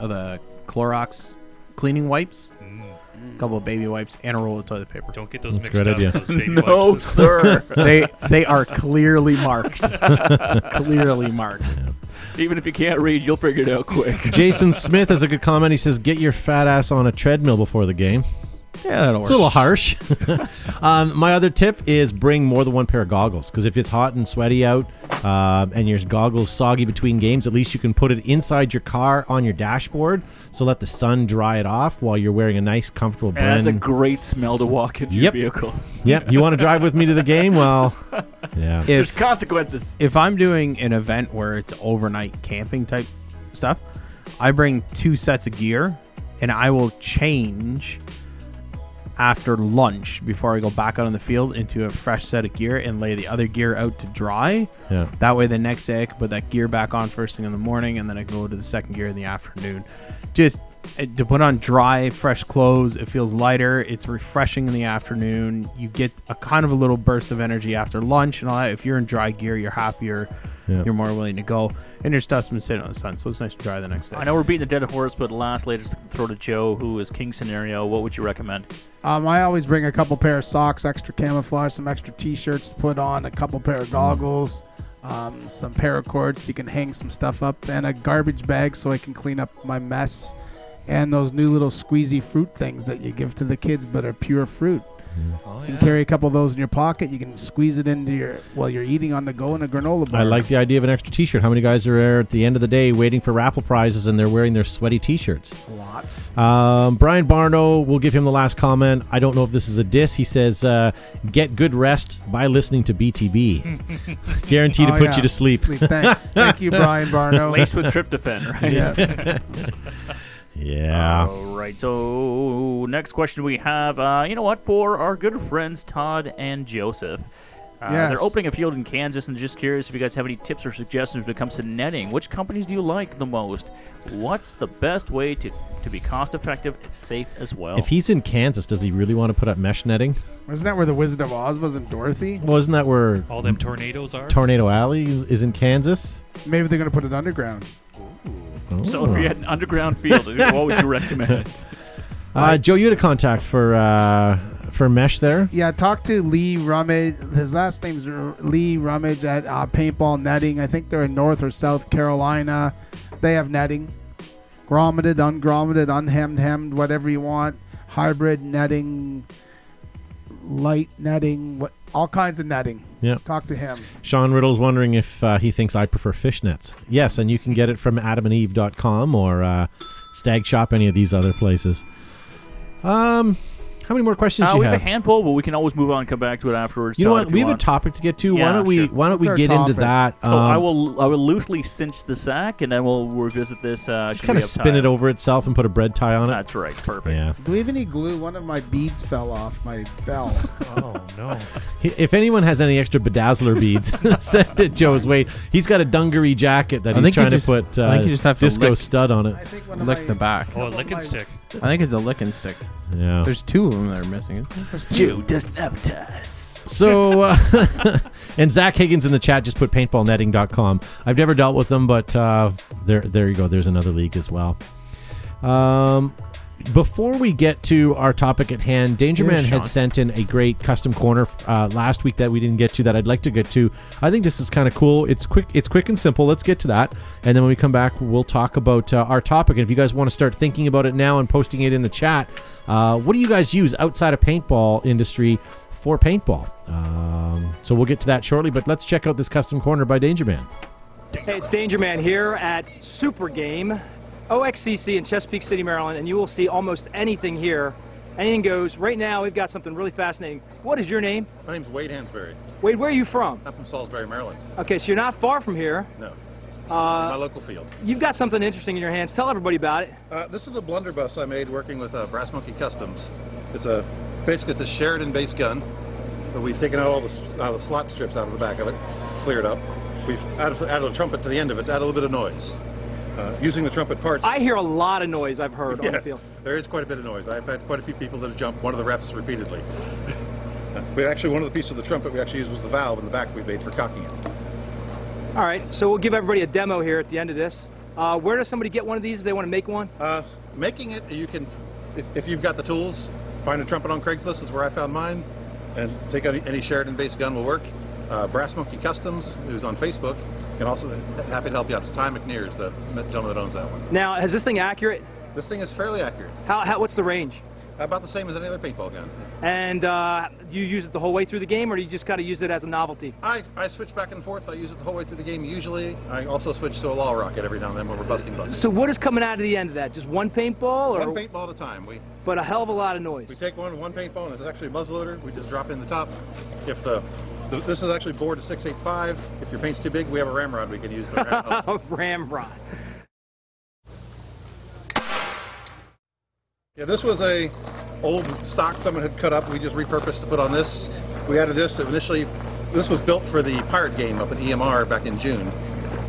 of the Clorox cleaning wipes, a couple of baby wipes, and a roll of toilet paper. Mm. Don't get those That's a mixed great up. idea. Those baby no, wipes. sir. they they are clearly marked, clearly marked. Even if you can't read, you'll figure it out quick. Jason Smith has a good comment. He says, "Get your fat ass on a treadmill before the game." Yeah, that'll It's a little work. harsh. um, my other tip is bring more than one pair of goggles because if it's hot and sweaty out uh, and your goggles soggy between games, at least you can put it inside your car on your dashboard. So let the sun dry it off while you're wearing a nice, comfortable And brand. that's a great smell to walk into your Yep. vehicle. yep. You want to drive with me to the game? Well, yeah. There's If consequences. if I'm doing an event where it's overnight camping type stuff, I bring two sets of gear and I will change after lunch before I go back out on the field into a fresh set of gear and lay the other gear out to dry. Yeah. That way the next day I can put that gear back on first thing in the morning and then I go to the second gear in the afternoon. Just uh, to put on dry, fresh clothes, it feels lighter, it's refreshing in the afternoon. You get a kind of a little burst of energy after lunch and all that. If you're in dry gear, you're happier, Yeah. you're more willing to go, and your stuff's been sitting on the sun, so it's nice to dry the next day. I know we're beating a dead horse, but lastly, just throw to Joe, who is King Scenario. What would you recommend? Um, I always bring a couple pair of socks, extra camouflage, some extra T-shirts to put on, a couple pair of goggles, um, some paracords you can hang some stuff up, and a garbage bag so I can clean up my mess, and those new little squeezy fruit things that you give to the kids but are pure fruit. Mm-hmm. Oh, You can carry a couple of those in your pocket. You can squeeze it into your while you're eating on the go in a granola bar. I like the idea of an extra T-shirt. How many guys are there at the end of the day waiting for raffle prizes and they're wearing their sweaty T-shirts? Lots. Um, Brian Barno, we'll give him the last comment. I don't know if this is a diss. He says, uh, "Get good rest by listening to BTB, guaranteed to Oh, put yeah. you to sleep." Thanks. Thank you, Brian Barno. Laced with tryptophan, right? Oh, Yeah. yeah. All right. So next question we have, uh, you know what, for our good friends Todd and Joseph. Uh, Yes. They're opening a field in Kansas, and just curious if you guys have any tips or suggestions when it comes to netting. Which companies do you like the most? What's the best way to, to be cost effective and safe as well? If he's in Kansas, does he really want to put up mesh netting? Wasn't that where the Wizard of Oz was in Dorothy? Well, isn't that where All them tornadoes are? Tornado Alley is, is in Kansas? Maybe they're going to put it underground. so if you had an underground field, what would you recommend? Uh, Joe, you had a contact for uh, for mesh there. Yeah, talk to Lee Rummage. His last name's R- Lee Rummage at uh, Paintball Netting. I think they're in North or South Carolina. They have netting, grommeted, ungrommeted, unhemmed, hemmed, whatever you want. Hybrid netting, light netting, what all kinds of netting. Yeah. Talk to him. Sean Riddle's wondering if uh, he thinks I prefer fishnets. Yes, and you can get it from adamandeve.com or uh, Stag Shop, any of these other places. Um, how many more questions Uh, do we you have have? a handful, but we can always move on and come back to it afterwards. you know what? Todd, if We have want. a topic to get to. why Yeah, don't we? sure. Why don't we What's get our into topic? that? So I um, will I will loosely cinch the sack, and then we'll revisit this. Uh, just kind of spin it over itself and put a bread tie on it. That's right. Perfect. yeah. Do we have any glue? One of my beads fell off my bell. Oh, no. He- If anyone has any extra bedazzler beads, send it Joe's way. He's got a dungaree jacket that I he's think you trying just- to put uh, I think you just have to disco lick- stud on I it. think one of Lick my- the back. Oh, a licking stick. I think it's a licking stick. Yeah. There's two of them that are missing. Jew doesn't advertise. So, uh, and Zach Higgins in the chat just put paintballnetting.com. I've never dealt with them, but uh, there, there you go. There's another league as well. Um, before we get to our topic at hand, Dangerman Sean. had sent in a great custom corner uh, last week that we didn't get to that I'd like to get to. I think this is kind of cool. It's quick. It's quick and simple. Let's get to that, and then when we come back, we'll talk about uh, our topic. And if you guys want to start thinking about it now and posting it in the chat, uh, what do you guys use outside of paintball industry for paintball? Um, so we'll get to that shortly. But let's check out this custom corner by Dangerman. Hey, it's Danger Man here at Super Game, OXCC in Chesapeake City, Maryland, and you will see almost anything here. Anything goes. Right now, we've got something really fascinating. What is your name? My name's Wade Hansberry. Wade, where are you from? I'm from Salisbury, Maryland. Okay, so you're not far from here. Uh, No. My local field. You've got something interesting in your hands. Tell everybody about it. Uh, this is a blunderbuss I made working with uh, Brass Monkey Customs. It's a basically it's a Sheridan-based gun, but we've taken out all the, s- uh, the slot strips out of the back of it, cleared up. We've added, added a trumpet to the end of it to add a little bit of noise. Uh, using the trumpet parts. I hear a lot of noise I've heard on the Yes, field. there is quite a bit of noise. I've had quite a few people that have jumped one of the refs repeatedly. we actually one of the pieces of the trumpet we actually used was the valve in the back we made for cocking it. All right, so we'll give everybody a demo here at the end of this. Uh, where does somebody get one of these if they want to make one? Uh, making it, you can, if, if you've got the tools, find a trumpet on Craigslist is where I found mine, and take any, any Sheridan-based gun will work. Uh, Brass Monkey Customs, who's on Facebook, and also happy to help you out. It's Ty McNear is the gentleman that owns that one. Now, is this thing accurate? This thing is fairly accurate, How, how what's the range? about the same as any other paintball gun. And uh, do you use it the whole way through the game, or do you just kind of use it as a novelty? I, I switch back and forth. I use it the whole way through the game usually. I also switch to a law rocket every now and then when we're busting bugs. So what is coming out of the end of that? Just one paintball, or One paintball at a time. We but a hell of a lot of noise. We take one, one paintball, and it's actually a muzzleloader. We just drop in the top. If the, th this is actually bored to 685. If your paint's too big, we have a ramrod we can use. The ram- A ramrod. yeah, this was a old stock someone had cut up. We just repurposed to put on this. We added this initially. This was built for the pirate game up at EMR back in June,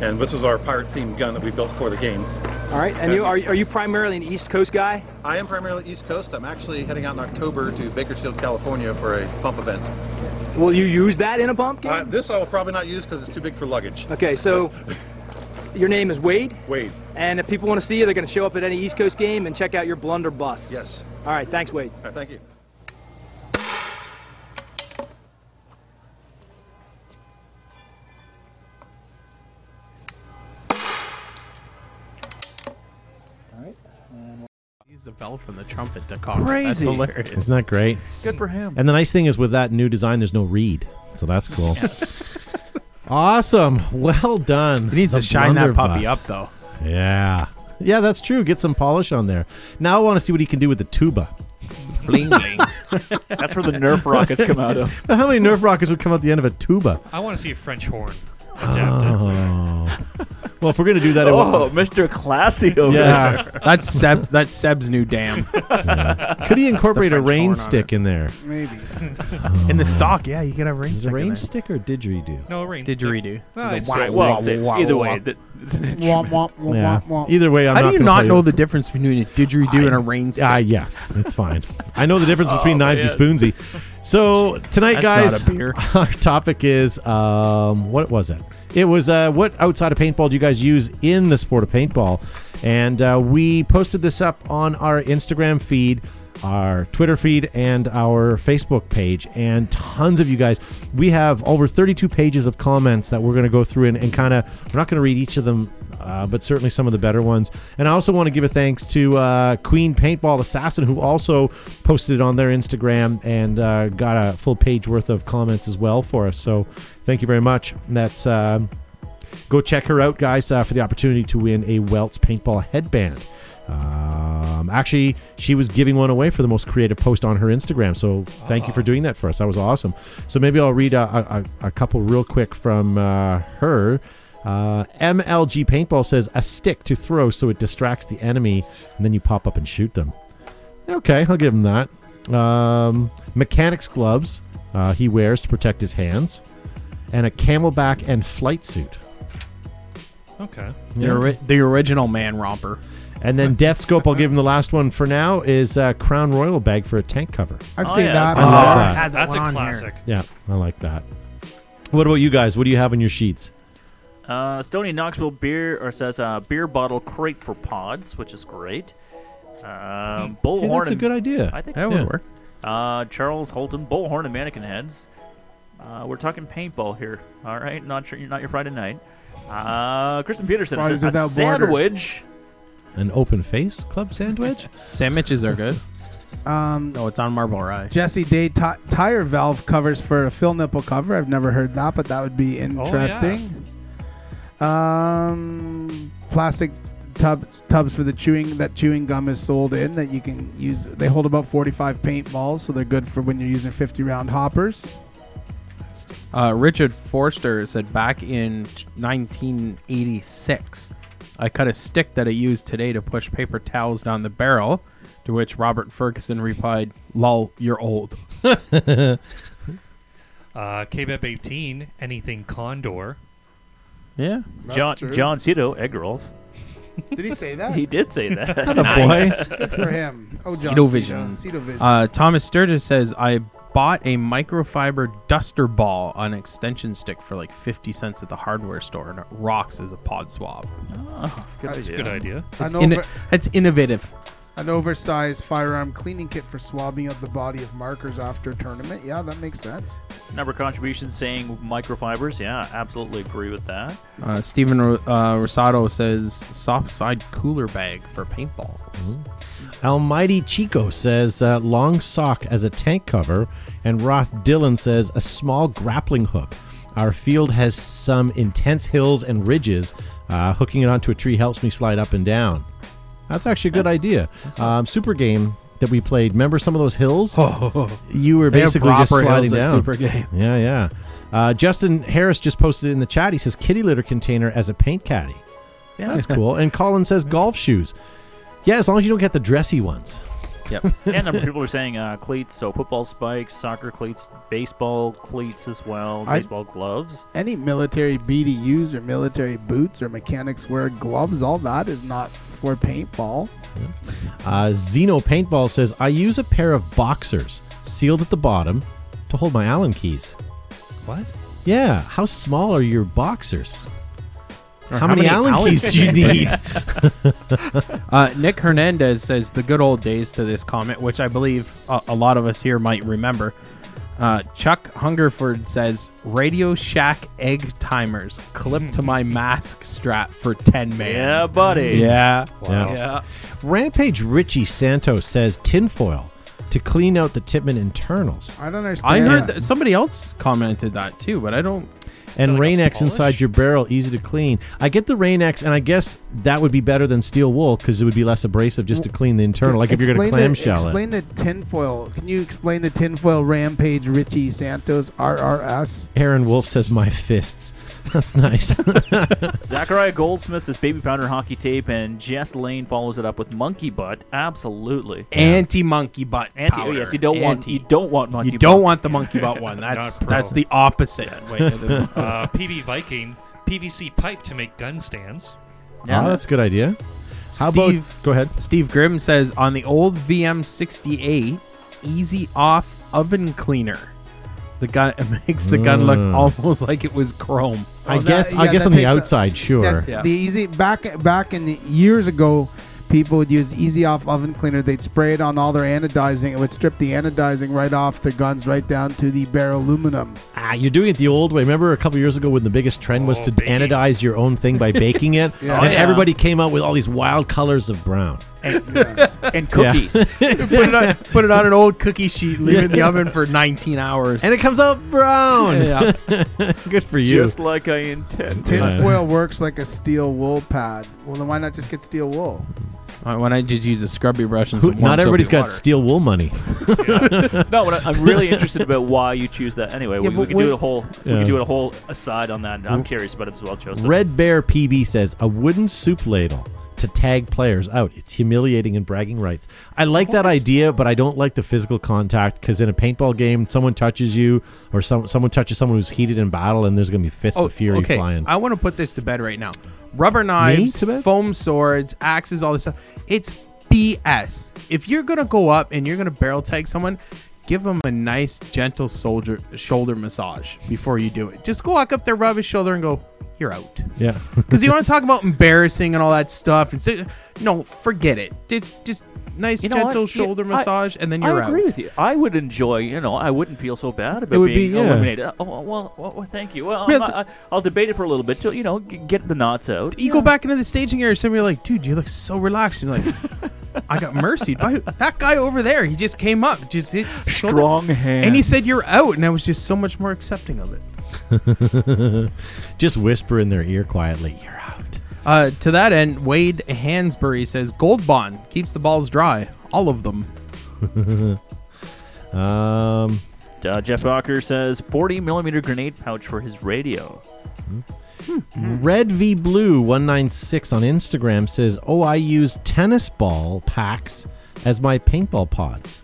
and this was our pirate themed gun that we built for the game. All right, and you are, are you primarily an East Coast guy? I am primarily East Coast. I'm actually heading out in October to Bakersfield, California, for a pump event. Will you use that in a pump game? Uh, this I will probably not use because it's too big for luggage. okay, so your name is Wade, Wade, and if people want to see you, they're going to show up at any East Coast game and check out your blunderbuss. yes. All right, thanks, Wade. All right, thank you. He's the bell from the trumpet to cough. That's Crazy. hilarious. Isn't that great? Good for him. And the nice thing is with that new design, there's no reed, so that's cool. awesome. Well done. He needs to shine that puppy up, though. Yeah. Yeah, that's true. Get some polish on there. Now I want to see what he can do with the tuba. Bling bling. That's where the Nerf rockets come out of. How many Nerf rockets would come out the end of a tuba? I want to see a French horn. Oh. well, if we're gonna do that, it Oh, will Mr. Classy over Yeah. there. That's Seb. That's Seb's new dam. could he incorporate The a French rain horn on stick in there? Maybe. Oh, In the stock, yeah, you could have rain Is stick. it in rain there. stick or didgeridoo? No, rain stick. Didgeridoo. Ah, it's Wow, right. wow, Well, it's- wow, either wow. way, that- it's an Womp, instrument. womp, womp, Yeah. womp, womp. Either way, I'm How do not you gonna not play know it. the difference between a didgeridoo and a rain stick? Ah, yeah, it's fine. I know the difference between Oh, knives and spoonsy. So tonight, That's guys, not a beer. our topic is um, what was it? It was uh, what outside of paintball do you guys use in the sport of paintball? And uh, we posted this up on our Instagram feed, our Twitter feed, and our Facebook page. And tons of you guys, we have over 32 pages of comments that we're going to go through and, and kind of, we're not going to read each of them, uh, but certainly some of the better ones. And I also want to give a thanks to uh, Queen Paintball Assassin, who also posted it on their Instagram and uh, got a full page worth of comments as well for us. So thank you very much. That's. um go check her out, guys, uh, for the opportunity to win a Welts paintball headband. Um, actually, she was giving one away for the most creative post on her Instagram. So thank you for doing that for us. That was awesome. So maybe I'll read a, a, a couple real quick from uh, her. Uh, MLG Paintball says a stick to throw so it distracts the enemy, and then you pop up and shoot them. Okay, I'll give him that. Um, mechanics gloves uh, he wears to protect his hands, and a camelback and flight suit. Okay. The, ori- the original man romper. And then Death Scope, I'll give him the last one for now, is uh, Crown Royal bag for a tank cover. I've Oh, seen yeah, that. that's- I love before. that. had that That's a one on here. classic. Yeah, I like that. What about you guys? What do you have on your sheets? Uh, Stony Knoxville beer or says uh, beer bottle crate for pods, which is great. Um, bullhorn. Hey, Hmm. that's a and- good idea. I think That would Yeah. work. Uh, Charles Holton, bullhorn and mannequin heads. Uh, we're talking paintball here. All right, not sure, not your Friday night. Uh, Kristen Peterson Fridays says a without borders. sandwich. An open face club sandwich? Sandwiches are good. Um, No, it's on Marble Rye. Jesse Day ti tire valve covers for a fill nipple cover. I've never heard that, but that would be interesting. Um, plastic tubs tubs for the chewing that chewing gum is sold in that you can use. They hold about 45 paintballs, so they're good for when you're using 50 round hoppers. Uh, Richard Forster said back in 1986, I cut a stick that I used today to push paper towels down the barrel. To which Robert Ferguson replied, "Lol, you're old." Oh, Uh, KBEP 18, anything Condor. Yeah, John John Cito egg rolls. Did he say that? He did say that. Nice. Good for him. Oh, John Cito Cito. Vision. Cito Vision. Uh, Thomas Sturgis says, I bought a microfiber duster ball on an extension stick for like 50 cents at the hardware store, and it rocks as a pod swab. Ah, Good That's idea. Good idea. an, Inno- over- that's innovative. an oversized firearm cleaning kit for swabbing out the body of markers after a tournament. Yeah, that makes sense. Number of contributions saying microfibers. Yeah, absolutely agree with that. Uh, Steven Ro- uh, Rosado says, soft side cooler bag for paintballs. Almighty Chico says uh, long sock as a tank cover, and Roth Dillon says a small grappling hook. Our field has some intense hills and ridges. Uh, hooking it onto a tree helps me slide up and down. That's actually a good idea. Um, super game that we played. Remember some of those hills? you were Oh. They have basically just proper hills sliding at down. Super Game. Yeah, yeah. Uh, Justin Harris just posted in the chat. He says kitty litter container as a paint caddy. Yeah. that's cool. And Colin says golf shoes. Yeah, as long as you don't get the dressy ones. Yep. and number of people are saying uh, cleats, so football spikes, soccer cleats, baseball cleats as well, I- baseball gloves. Any military BDUs or military boots or mechanics wear gloves, all that is not for paintball. Uh, Zeno Paintball says I use a pair of boxers sealed at the bottom to hold my Allen keys. What? Yeah, how small are your boxers? Or How, many, Allen, keys do you need? Uh, Nick Hernandez says the good old days to this comment, which I believe a, a lot of us here might remember. Uh, Chuck Hungerford says Radio Shack egg timers clip to my mask strap for 10 man. Yeah, buddy. Yeah. Yeah. Rampage Richie Santos says tinfoil to clean out the Titman internals. I don't understand. I heard that somebody else commented that too, but I don't. and rain X inside your barrel, easy to clean. I get the rain X, and I guess that would be better than steel wool because it would be less abrasive just to clean the internal. Like if you're going to Explain the- clamshell it. Explain the tinfoil. Can you explain the tinfoil rampage Richie Santos RRS? Aaron Wolf says my fists. That's nice. Zachariah Goldsmith says baby powder hockey tape, and Jess Lane follows it up with monkey butt. Absolutely. Anti monkey butt. Anti- oh, power. yes, you don't want- you don't want monkey You don't butt. want the monkey butt one. That's Not pro. that's the opposite. way of the- uh, PB Viking PVC pipe to make gun stands. Ah, that's a good idea. How about go ahead? Steve Grimm says on the old VM68 easy off oven cleaner. The gun it makes the gun look Mm. almost like it was chrome. Oh, I guess I guess on the outside, sure. That- The easy back back in the years ago, people would use easy off oven cleaner. They'd spray it on all their anodizing. It would strip the anodizing right off their guns, right down to the bare aluminum. Ah, you're doing it the old way. Remember a couple years ago when the biggest trend was to anodize your own thing by baking it, Oh, Yeah. and Oh, yeah. everybody came out with all these wild colors of brown. and Yeah. cookies. put, it on, put it on an old cookie sheet, leave it in the oven for 19 hours, And it comes out brown. Yeah. Good for you. Just like I intend. Tinfoil works like a steel wool pad. Well, then why not just get steel wool? Uh, When I just use a scrubby brush and Who- some warm not everybody's soapy got water. steel wool money. It's not what I, am really interested about why you choose that. Anyway, Yeah, we, we but could when- do a whole we Yeah. could do a whole aside on that. I'm curious about it as well, Joseph. Red Bear PB says a wooden soup ladle to tag players out. It's humiliating and bragging rights. I like that idea, but I don't like the physical contact because in a paintball game, someone touches you or some someone touches someone who's heated in battle, and there's going to be fists of fury Oh, okay. flying. I want to put this to bed right now. Rubber knives, to bed? foam swords, axes, all this stuff. It's BS. If you're gonna go up and you're gonna barrel tag someone, give them a nice, gentle soldier shoulder massage before you do it. Just go walk up there, rub his shoulder, and go, "You're out." yeah. Because you want to talk about embarrassing and all that stuff. And say, no, forget it. It's just nice, You know gentle what? You- shoulder I- massage, and then you're I agree out. with you. I would enjoy, you know, I wouldn't feel so bad about would being be, yeah. eliminated. Oh, well, well, well, thank you. Well, I'm Yeah, not- th- I, I'll debate it for a little bit. till, You know, g- get the knots out. you go back into the staging area, somebody like, dude, you look so relaxed. You're like, I got mercied by that guy over there. He just came up, just hit shoulder- Strong hands. and he said you're out, and I was just so much more accepting of it. Just whisper in their ear quietly, "You're out." Uh, to that end, Wade Hansberry says Gold Bond keeps the balls dry, all of them. Um, Uh, Jeff Walker says 40 millimeter grenade pouch for his radio. Red V Blue 196 on Instagram says, "Oh, I use tennis ball packs as my paintball pods."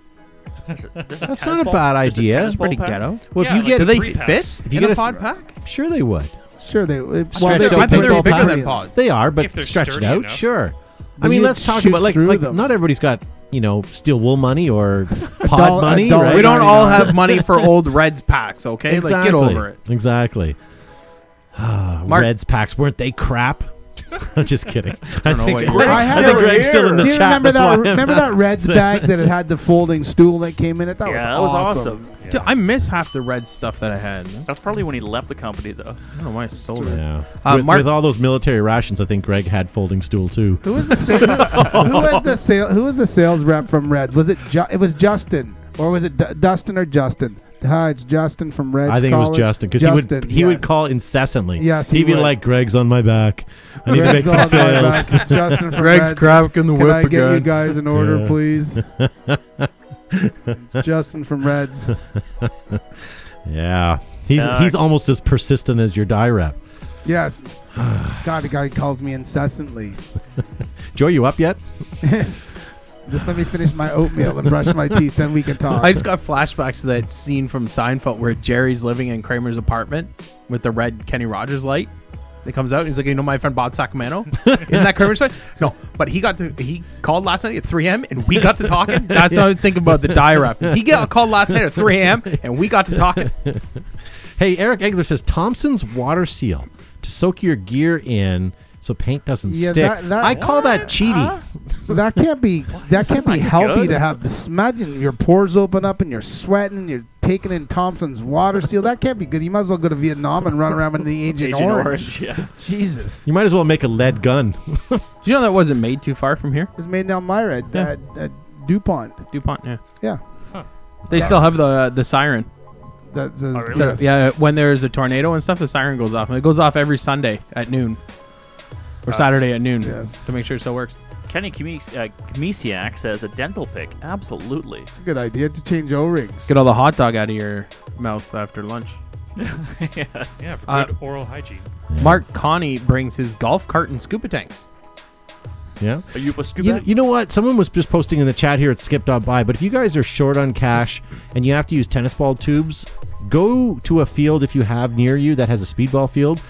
That's not a bad idea. It's Pretty ghetto. Well, Yeah, if like you get Do they three fit packs. If you in get a a- pod pack? Sure, they would. Sure, they. Well, Well, Stretched they- out I think paintball they're bigger pads. than pods. They are, but If they're stretched sturdy out, enough. sure. I But mean, you'd let's talk shoot about like, through like them. not everybody's got you know steel wool money or pod dollar- a money. dollar right? We don't Sorry, all no. have money for old Reds packs, okay? Like, get over it. Exactly. Ah, Mark- Reds packs weren't they crap? I'm just kidding. I, know think what you- Greg's- I I had think it Greg's still in the Do you chat. remember that's why that? I'm Remember that asking. Reds bag that it had the folding stool that came in it? That yeah, that was was awesome. awesome. Dude, I miss half the red stuff that I had. I That's probably when he left the company, though. don't know why I sold it. Yeah. Uh, with, Mark- with all those military rations, I think Greg had folding stool too. Who was the sales, who was the sale, who was the sales rep from Reds? Was it Ju- it was Justin or was it D- Dustin or Justin? Hi, it's Justin from Reds. I think it was College. Justin because he would Justin, he yeah. would call incessantly. Yes, he he'd be would. like, "Greg's on my back. I need Reds to make some all the way sales." back. It's Justin from Greg's Reds. cracking the Can whip I get you again. guys an order, Yeah. please? it's Justin from Reds. Yeah, he's Uh, he's almost as persistent as your die rep. Yes. God, the guy calls me incessantly. Joe, you up yet? Just let me finish my oatmeal and brush my teeth, then we can talk. I just got flashbacks to that scene from Seinfeld where Jerry's living in Kramer's apartment with the red Kenny Rogers light. That comes out and he's like, you know, my friend Bob Sacramento, isn't that Kramer's friend? No, but he got to he called last night at 3 a.m. and we got to talking. That's how I'm thinking about the die rap. He got called last night at 3 a.m. and we got to talking. Hey, Eric Egler says Thompson's water seal to soak your gear in so paint doesn't Yeah, stick. that- that- I call that cheating. that can't be that can't be not healthy good. to have. Imagine your pores open up and you're sweating and you're taking in Thompson's water seal. That can't be good. You might as well go to Vietnam and run around with the Agent, Agent Orange. Orange, yeah. Jesus. You might as well make a lead gun. Did you know that wasn't made too far from here? It's made in Elmira at, Yeah. at, at DuPont. DuPont, yeah. Yeah. They Yeah. still have the the siren. That- Oh, that's- So, yes. yeah, uh, when there's a tornado and stuff, the siren goes off, and it goes off every Sunday at noon or Uh, Saturday at noon yes. to make sure it still works. Kenny Kamis- uh, Kamisiak says a dental pick. Absolutely. It's a good idea to change O-rings. Get all the hot dog out of your mouth after lunch. yes. Yeah, for Uh, good oral hygiene. Mark Connie brings his golf cart and scuba tanks. Yeah. Are you a scuba? You, you know what? Someone was just posting in the chat here at skip.by, but if you guys are short on cash and you have to use tennis ball tubes, go to a field if you have near you that has a speedball field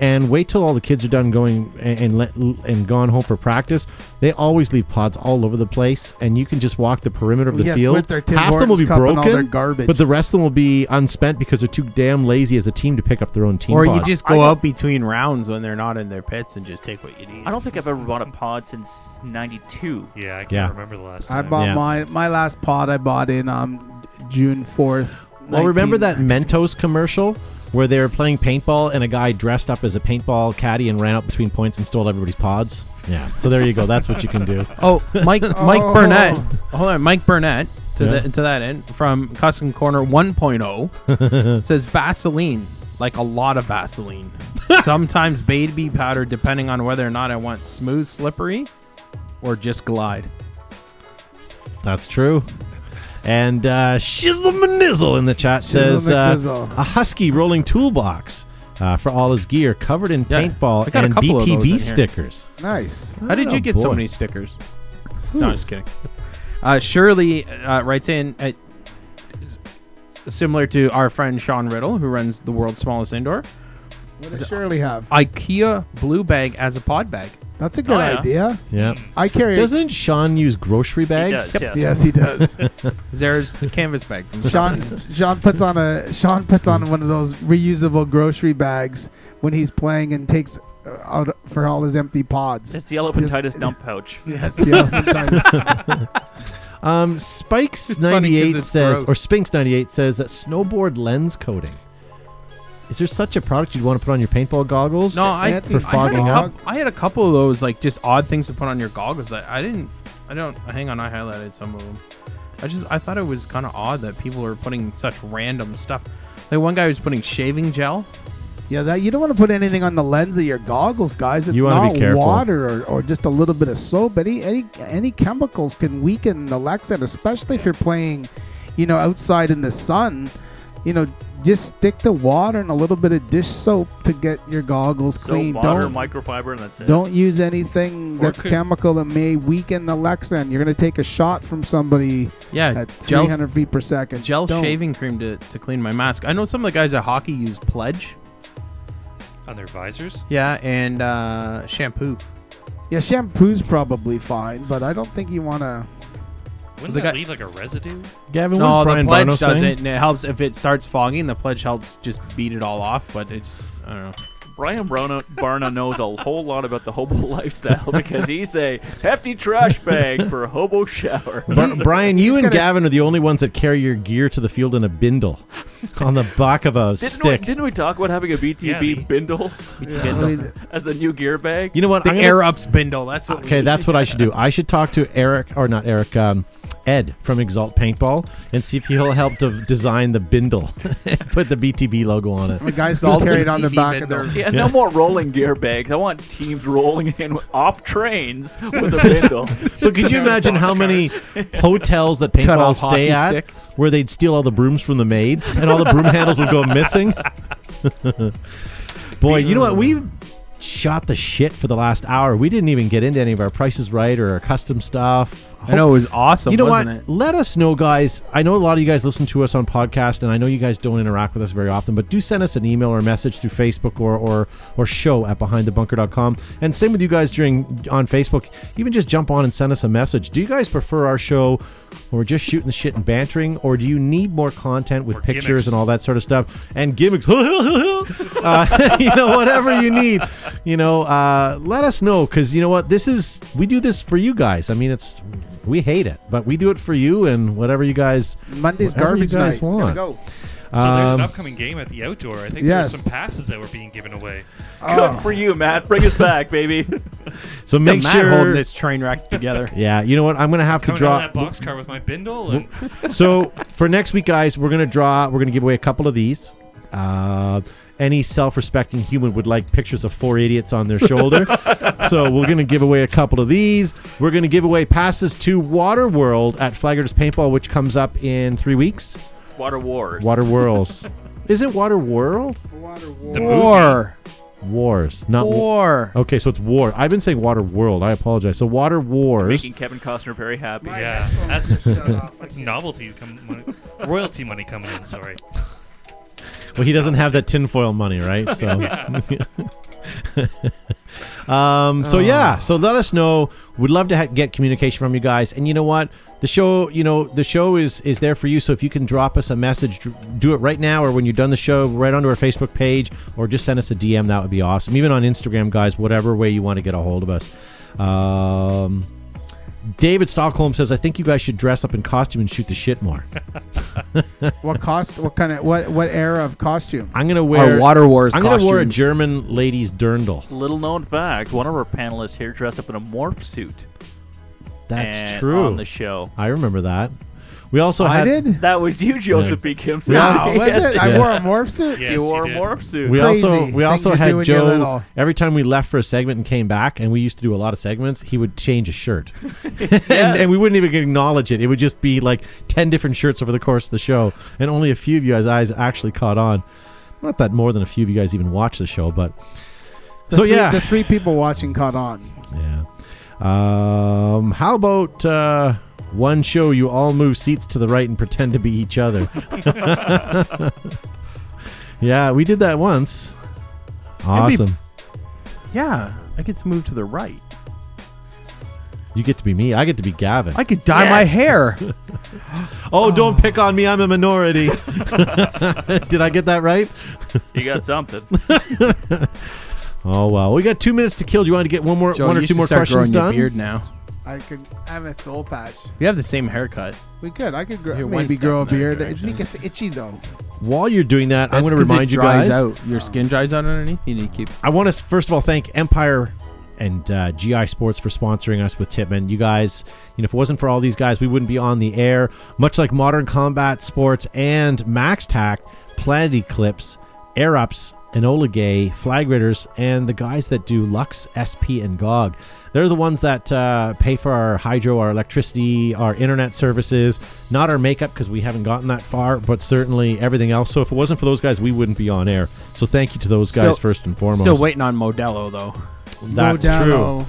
and wait till all the kids are done going and and, let, and gone home for practice. They always leave pods all over the place and you can just walk the perimeter of the Yes, field. with their Tim Half of them will Hortons be cup and all broken, their garbage. but the rest of them will be unspent because they're too damn lazy as a team to pick up their own team Or you pods. just go out between rounds when they're not in their pits and just take what you need. I don't think I've ever bought a pod since '92. Yeah, I can't Yeah. remember the last I bought my my last pod. I bought in um June fourth. Well, remember that Mentos commercial where they were playing paintball and a guy dressed up as a paintball caddy and ran up between points and stole everybody's pods? Yeah. So there you go. That's what you can do. Oh, Mike Mike Oh. Burnett. Hold on, Mike Burnett to Yeah. the to that end from Custom Corner 1.0 says Vaseline, like a lot of Vaseline. Sometimes baby powder depending on whether or not I want smooth, slippery or just glide. That's true. And uh, Shizzle Manizzle in the chat Shizzle says uh, McDizzle. a husky rolling toolbox uh, for all his gear covered in paintball I got a and couple of those in here. BTB stickers. Nice. How did Oh, you get so boy. many stickers? No, I'm just kidding. Uh, Shirley uh, writes in at, similar to our friend Sean Riddle, who runs the world's smallest indoor. What does Shirley have? IKEA blue bag as a pod bag. That's a good idea. Yeah. I carry. Doesn't Sean use grocery bags? does, Yep. yes. Yes, he does. There's the canvas bag. From Sean Sean puts on a Sean puts on one of those reusable grocery bags when he's playing and takes uh, out for all his empty pods. It's the elephantitis dump pouch. Yes, the elephantitis. Um, Spikes It's funny 'cause 98 it's says, gross. or Spinks 98 says, that snowboard lens coating. Is there such a product you'd want to put on your paintball goggles? No, I, for I, had a fogging up. couple, I had a couple of those like just odd things to put on your goggles. I, I didn't. I don't. Hang on, I highlighted some of them. I just I thought it was kind of odd that people were putting such random stuff. Like one guy was putting shaving gel. Yeah, that you don't want to put anything on the lens of your goggles, guys. It's You wanna not be careful. water or, or just a little bit of soap. Any any any chemicals can weaken the lexan, especially if you're playing, you know, outside in the sun. You know, just stick to water and a little bit of dish soap to get your goggles So clean. water, Don't microfiber, and that's it. don't use anything Or that's could- chemical that may weaken the lexan. You're going to take a shot from somebody. Yeah, at gel- 300 feet per second. Gel Don't. shaving cream to, to clean my mask. I know some of the guys at hockey use Pledge. On their visors? Yeah, and uh, shampoo. Yeah, shampoo's probably fine, but I don't think you want to. Wouldn't the that guy- leave like a residue? Gavin, no, what's the Brian pledge Barno saying? doesn't. And it helps if it starts fogging. The pledge helps just beat it all off. But it just I don't know. Brian Barna, Barna knows a whole lot about the hobo lifestyle because he's a hefty trash bag for a hobo shower. Br- Brian, you and gonna- Gavin are the only ones that carry your gear to the field in a bindle on the back of a Didn't stick. We, didn't we talk about having a BTB bindle Yeah. bindle. I mean- as the new gear bag? You know what, The I'm gonna- air ups bindle. That's what. we Okay, need. that's what I should do. I should talk to Eric, or not Eric, um, Ed from Exalt Paintball, and see if he'll help to design the bindle, put the BTB logo on it. The guys who carry it on the back of their. Yeah, no more rolling gear bags. I want teams rolling in off trains with a bindle. So could you imagine how many hotels that Cut paintball off stay hockey at stick. where they'd steal all the brooms from the maids and all the broom handles would go missing? Boy, you know what? We shot the shit for the last hour. We didn't even get into any of our prices right or our custom stuff. I know, it was awesome, You know what? wasn't it? Let us know, guys. I know a lot of you guys listen to us on podcast, and I know you guys don't interact with us very often, but do send us an email or a message through Facebook or or or show at behindthebunker.com. And same with you guys during on Facebook. Even just jump on and send us a message. Do you guys prefer our show where we're just shooting the shit and bantering, or do you need more content with pictures gimmicks. and all that sort of stuff and gimmicks? uh, you know, whatever you need. you know, uh, let us know because you know what this is. We do this for you guys. I mean, it's we hate it, but we do it for you and whatever you guys. Monday's whatever garbage you guys night. want. Gotta go. So there's Um, an upcoming game at the outdoor. I think Yes. Ah. there were some passes that were being given away. Good for you, Matt. Bring us back, baby. So make Matt sure holding this train wreck together. Yeah, you know what? I'm gonna have to Coming draw. out of that box car with my bindle and so for next week, guys, we're gonna draw. We're gonna give away a couple of these. Uh, any self-respecting human would like pictures of four idiots on their shoulder. so we're gonna give away a couple of these. We're gonna give away passes to Waterworld at Flaggers Paintball, which comes up in three weeks. Water Wars. Water Worlds. Is it Water World? The War. Wars, not wa- War. Okay, so it's war. I've been saying Water World. I apologize. So Water Wars. Making Kevin Costner very happy. yeah, that's that's novelty com- money, royalty money coming in. Sorry. Well, he doesn't have that tinfoil money, right? So, um, so yeah. So let us know. We'd love to ha- get communication from you guys. And you know what? The show, you know, the show is is there for you. So if you can drop us a message, dr- do it right now, or when you're done the show, right onto our Facebook page, or just send us a DM. That would be awesome. Even on Instagram, guys. Whatever way you want to get a hold of us. Um, David Stockholm says, "I think you guys should dress up in costume and shoot the shit more." What cost? What kind of? What what era of costume? I'm gonna wear Water Wars I'm gonna wear a costumes. German lady's dirndl. Little known fact: one of our panelists here dressed up in a morph suit. That's and- true. On the show. I remember that. We also I had did. That was you, Joseph B. Kimson. We Oh, was Yes, it? I yes. wore a morph suit. Yes, you wore a did. morph suit. we Crazy also we things also you do had when you're Joe. little. Every time we left for a segment and came back, and we used to do a lot of segments, he would change a shirt, and, and we wouldn't even acknowledge it. It would just be like ten different shirts over the course of the show, and only a few of you guys' eyes actually caught on. Not that more than a few of you guys even watch the show, but The so three- yeah, the three people watching caught on. Yeah. Um, how about uh, one show you all move seats to the right and pretend to be each other? yeah, we did that once. That'd be- Awesome. Yeah, I get to move to the right. You get to be me. I get to be Gavin. I could dye my hair. oh, don't pick on me. I'm a minority. did I get that right? You got something. Oh well, we got two minutes to kill. Do you want to get one more, Joe, one or you two should more start questions growing your done? beard now. I could have a soul patch. You have the same haircut. We could. I could grow, You're one maybe step grow a in that beard. It direction. gets itchy though. While you're doing that, I'm going That's to 'cause it remind you dries guys. out. Your skin dries out underneath. You need to keep. I want to first of all thank Empire and uh, GI Sports for sponsoring us with Tipman. You guys, you know, if it wasn't for all these guys, we wouldn't be on the air. Much like Modern Combat Sports and Max Tact, Planet Eclipse, Air Ups, and Oligay, Flag Ritters, and the guys that do Lux, SP, and GOG. They're the ones that uh, pay for our hydro, our electricity, our internet services, not our makeup because we haven't gotten that far, but certainly everything else. So if it wasn't for those guys, we wouldn't be on air. So thank you to those guys Still- first and foremost. Still waiting on Modelo though. That's true.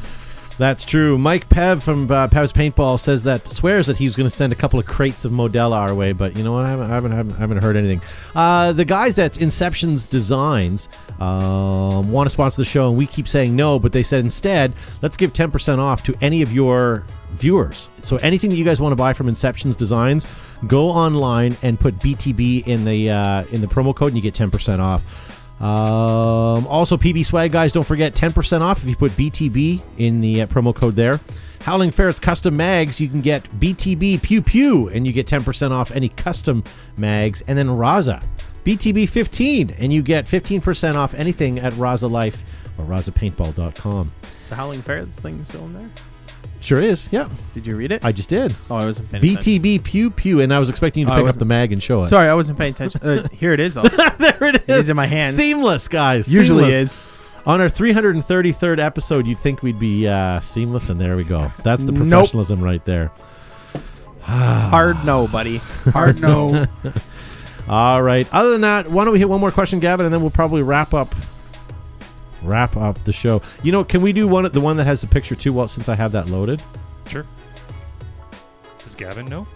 That's true. Mike Pev from uh, Pev's Paintball says that swears that he was going to send a couple of crates of Modella our way, but you know what? I haven't, I haven't, I haven't, I haven't heard anything. Uh, the guys at Inception's Designs um, want to sponsor the show, and we keep saying no, but they said instead, let's give ten percent off to any of your viewers. So anything that you guys want to buy from Inception's Designs, go online and put BTB in the uh, in the promo code, and you get ten percent off. Um, also, PB Swag guys, don't forget 10% off if you put BTB in the uh, promo code there. Howling Ferrets custom mags, you can get BTB Pew Pew, and you get 10% off any custom mags. And then Raza, BTB 15, and you get 15% off anything at Raza Life or RazaPaintball.com. So Howling Ferrets thing still in there? Sure is, yeah. Did you read it? I just did. oh, I wasn't paying attention. BTB Pew Pew, and I was expecting you to Oh, I pick up wasn't- the mag and show it. Sorry, I wasn't paying attention. Uh, here it is. Though. there it is. It is in my hand. Seamless, guys. Usually Seamless. is. On our 333rd episode, you'd think we'd be uh, seamless, and there we go. That's the Nope. professionalism right there. Hard no, buddy. Hard no. All right. Other than that, why don't we hit one more question, Gavin, and then we'll probably wrap up wrap up the show. You know, can we do one the one that has the picture too? Well, since I have that loaded, Sure. Does Gavin know?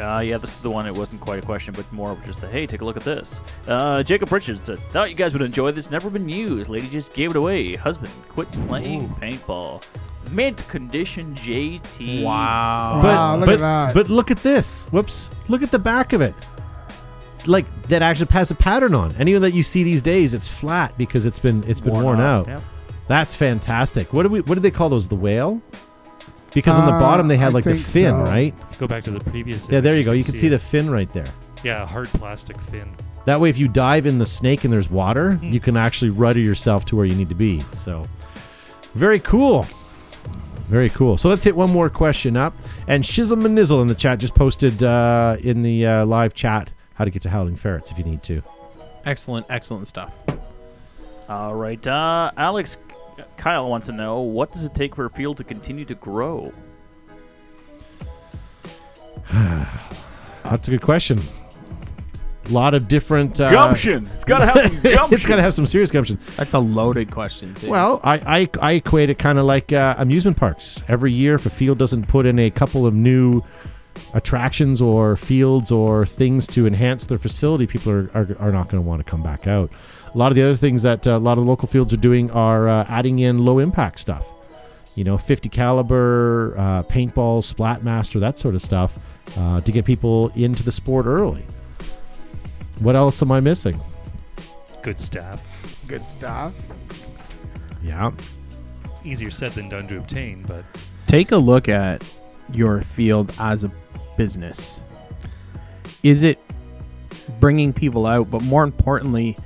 Uh, yeah, this is the one. It wasn't quite a question, but more of just a hey, take a look at this. Uh, Jacob Richards said, "Thought you guys would enjoy this. Never been used. Lady just gave it away. Husband quit playing paintball. Mint condition JT. Wow. Wow, but look but, at that. but look at this. Whoops! Look at the back of it. Like that actually has a pattern on. Any that you see these days, it's flat because it's been it's been worn, out. Yep. That's fantastic. What do we? What did they call those? The whale? Because on the Uh, bottom they had I like the think fin, so. right? Go back to the previous Yeah, there image, you go. You can see the fin right there. Yeah, a hard plastic fin. That way, if you dive in the snake and there's water, Mm-hmm. you can actually rudder yourself to where you need to be. So, very cool. Very cool. So let's hit one more question up. And Shizzle and Nizzle in the chat just posted uh, in the uh, live chat how to get to Howling Ferrets if you need to. Excellent, excellent stuff. All right, uh, Alex Kyle wants to know what does it take for a field to continue to grow? That's a good question. A lot of different uh, Gumption! It's gotta have some it's gumption. gotta have some serious gumption. That's a loaded question. Too. Well, I, I, I equate it kind of like uh, amusement parks. Every year, if a field doesn't put in a couple of new attractions or fields or things to enhance their facility, people are, are, are not going to want to come back out. A lot of the other things that uh, a lot of the local fields are doing are uh, adding in low impact stuff. You know, 50 caliber, uh, paintball, splatmaster, that sort of stuff uh, to get people into the sport early. What else am I missing? Good staff. Good stuff. Yeah. Easier said than done to obtain, but Take a look at your field as a business. Is it bringing people out, but more importantly,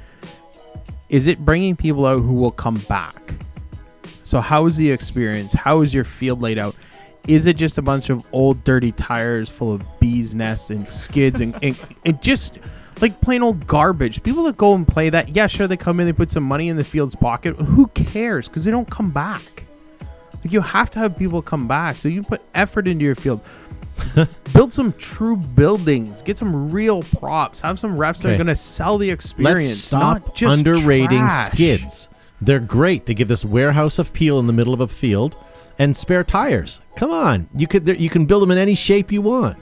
is it bringing people out who will come back? So, how is the experience? How is your field laid out? Is it just a bunch of old dirty tires full of bees' nests and skids and, and, and just like plain old garbage? People that go and play that, yeah, sure, they come in, they put some money in the field's pocket. Who cares? Because they don't come back. Like, you have to have people come back. So, you put effort into your field. Build some true buildings. Get some real props. Have some refs that Okay. are going to sell the experience. Let's stop not just underrating trash. skids. They're great. They give this warehouse of peel in the middle of a field and spare tires. Come on, you could there- you can build them in any shape you want.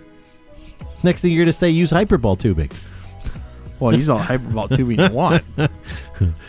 Next thing you're going to say, use hyperball tubing. Well, use all hyperball tubing you want.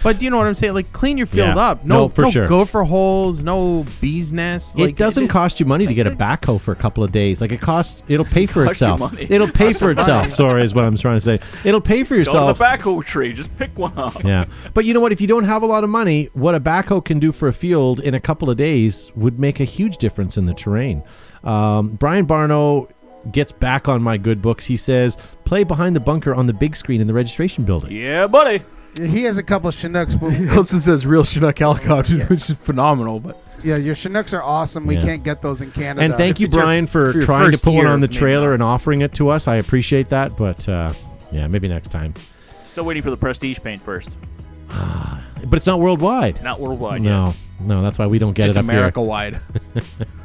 But do you know what I'm saying? Like, clean your field Yeah. up. No, No, for no sure. gopher holes. No bees nests. it doesn't cost you money to get a backhoe for a couple of days. Like it costs, it'll pay for cost you itself. money. It'll pay Cost for you money. itself. Sorry, is what I'm trying to say. It'll pay for Go to yourself. the backhoe tree. Just pick one up. yeah, but you know what? If you don't have a lot of money, what a backhoe can do for a field in a couple of days would make a huge difference in the terrain. Um, Brian Barno gets back on my good books. He says, "Play behind the bunker on the big screen in the registration building." Yeah, buddy. He has a couple of Chinooks, but He also says real Chinook helicopter, which is phenomenal. But yeah, your Chinooks are awesome. We Yeah. can't get those in Canada. And thank you, If it's your- Brian, for, for your trying to first put one year, on the maybe. trailer and offering it to us. I appreciate that, but uh, yeah, maybe next time. Still waiting for the prestige paint first. But it's not worldwide. Not worldwide No, no, that's why we don't get Just it up here. America-wide.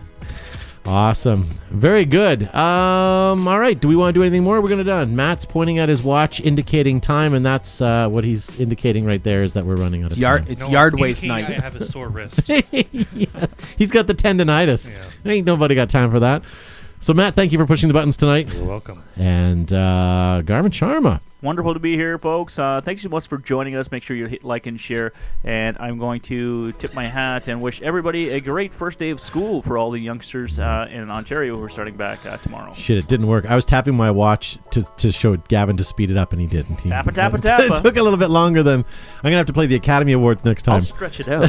awesome, very good. Um, all right, do we want to do anything more? We're gonna done. Matt's pointing at his watch, indicating time, and that's uh, what he's indicating right there is that we're running out of yard- time. it's No, yard I'm waste thinking night. I have a sore wrist. yes. He's got the tendonitis. Ain't nobody got time for that. So Matt, thank you for pushing the buttons tonight. You're welcome. And uh, Garmin Sharma. Wonderful to be here, folks. Uh, thanks so much for joining us. Make sure you hit like and share. And I'm going to tip my hat and wish everybody a great first day of school for all the youngsters uh, in Ontario who are starting back uh, tomorrow. Shit, it didn't work. I was tapping my watch to, to show Gavin to speed it up, and he didn't. He, Tappa, tappa, it tappa. took a little bit longer than I'm gonna have to play the Academy Awards next time. I'll stretch it out.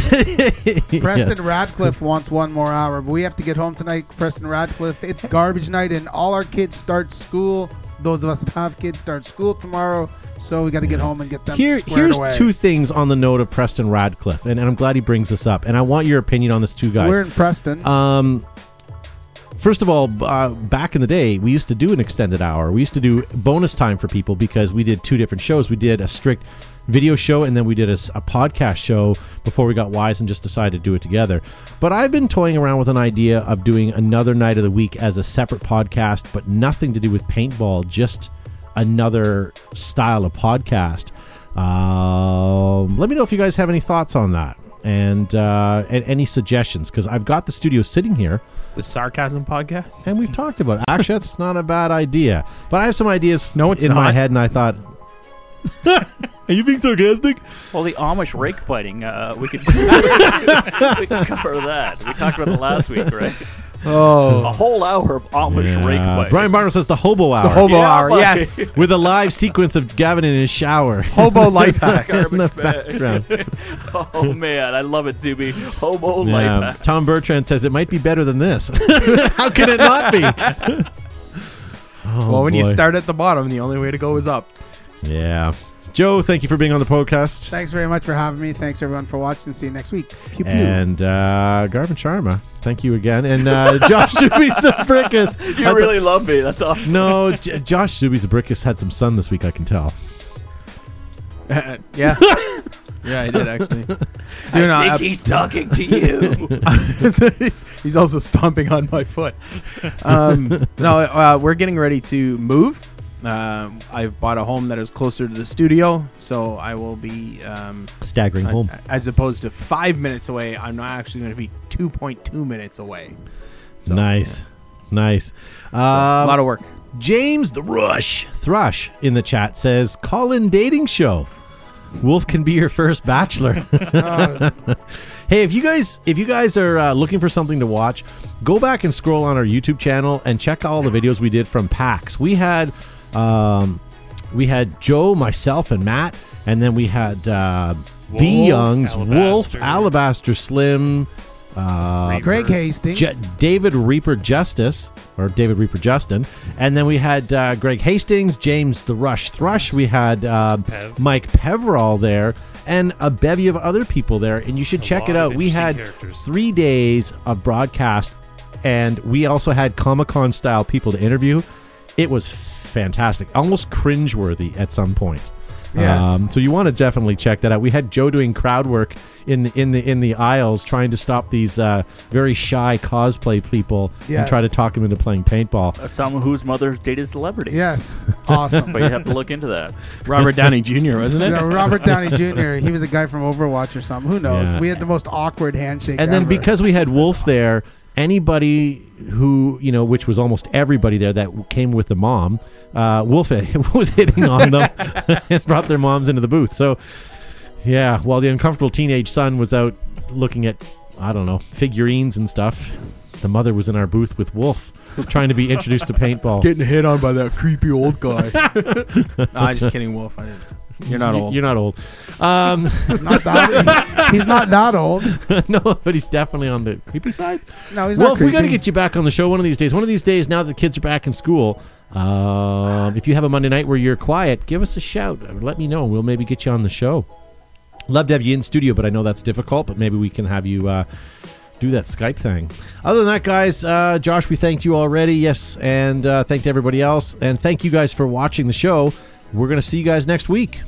Preston Radcliffe wants one more hour, but we have to get home tonight. Preston Radcliffe, it's garbage night, and all our kids start school. Those of us that have kids start school tomorrow, so we got to get home and get them Here, squared here's away. two things on the note of Preston Radcliffe, and, and I'm glad he brings this up. And I want your opinion on this too, guys. We're in Preston. Um, first of all, b- uh, back in the day, we used to do an extended hour. We used to do bonus time for people because we did two different shows. We did a strict video show and then we did a, s- a podcast show before we got wise and just decided to do it together. But I've been toying around with an idea of doing another night of the week as a separate podcast, but nothing to do with paintball, just another style of podcast. Um, let me know if you guys have any thoughts on that and uh, and any suggestions because I've got the studio sitting here. The sarcasm podcast, and we've talked about. It. Actually, that's not a bad idea. But I have some ideas. No, it's in my not. head, and I thought Are you being sarcastic? Well, the Amish rake fighting, uh, we could we could cover that. We talked about it last week, right? Oh. a whole hour of Amish rake Uh, fighting. Brian Barnum says the hobo hour. hobo Yeah, hour, buddy. yes. With a live sequence of Gavin in his shower. Hobo life hacks. in the Garbage background. oh man, I love it, Zuby. Hobo Yeah. life hack. Tom Bertrand says it might be better than this. How can it not be? Oh, well, when you boy. start at the bottom, the only way to go is up. Yeah. Joe, thank you for being on the podcast. Thanks very much for having me. Thanks everyone for watching. See you next week. Pew, pew. And uh, Garvin Sharma, thank you again. And uh, Josh Zubisabricus. You really love me. That's awesome. No, J- Josh Zubisabricus had some sun this week, I can tell. yeah. Yeah, I did actually. Do I not. think he's talking to you. he's, he's also stomping on my foot. Um, no, uh, we're getting ready to move. Um, I've bought a home that is closer to the studio, so I will be um, Staggering I- home. as opposed to five minutes away. I'm not actually going to be 2.2 minutes away. So, nice. Nice. Um, a lot of work. James the Rush Thrush in the chat says, "Call in dating show. Wolf can be your first bachelor." Uh. hey, if you guys if you guys are uh, looking for something to watch, go back and scroll on our YouTube channel and check all the videos we did from PAX. We had um, we had Joe, myself, and Matt, and then we had uh, B Wolf, Youngs, Wolf, Alabaster. Alabaster Slim. Uh, Greg Hastings. Ju- David Reaper Justice, or David Reaper Justin. And then we had uh, Greg Hastings, James the Rush Thrush. We had uh, Pev. Mike Peverall there, and a bevy of other people there. And you should check it lot of out. We interesting had characters. three days of broadcast, and we also had Comic Con style people to interview. It was fantastic, almost cringeworthy at some point. Yes. Um, so you want to definitely check that out. We had Joe doing crowd work in the in the in the aisles, trying to stop these uh, very shy cosplay people and Yes. try to talk them into playing paintball. Uh, Someone whose mother's dated celebrities. Yes. Awesome. But you have to look into that. Robert Downey Jr., wasn't it? Yeah, Robert Downey Jr. He was a guy from Overwatch or something. Who knows? Yeah. We had the most awkward handshake. and then ever. because we had Wolf there, anybody who you know, which was almost everybody there that came with the mom, uh, Wolf was hitting on them and brought their moms into the booth. So yeah, while the uncomfortable teenage son was out looking at I don't know figurines and stuff, the mother was in our booth with Wolf trying to be introduced to paintball. Getting hit on by that creepy old guy. no, I'm just kidding, Wolf. I didn't. You're not You- old. You're not old. Um, He's not that- he's not that old. no, but he's definitely on the creepy side. No, he's well, not. if we got to creepy. get you back on the show one of these days. One of these days, now that the kids are back in school, um, if you have a Monday night where you're quiet, give us a shout. Uh, Let me know. We'll maybe get you on the show. Love to have you in studio, but I know that's difficult. But maybe we can have you uh, do that Skype thing. Other than that, guys, uh, Josh, we thanked you already. Yes, and uh, thanked everybody else, and thank you guys for watching the show. We're gonna see you guys next week.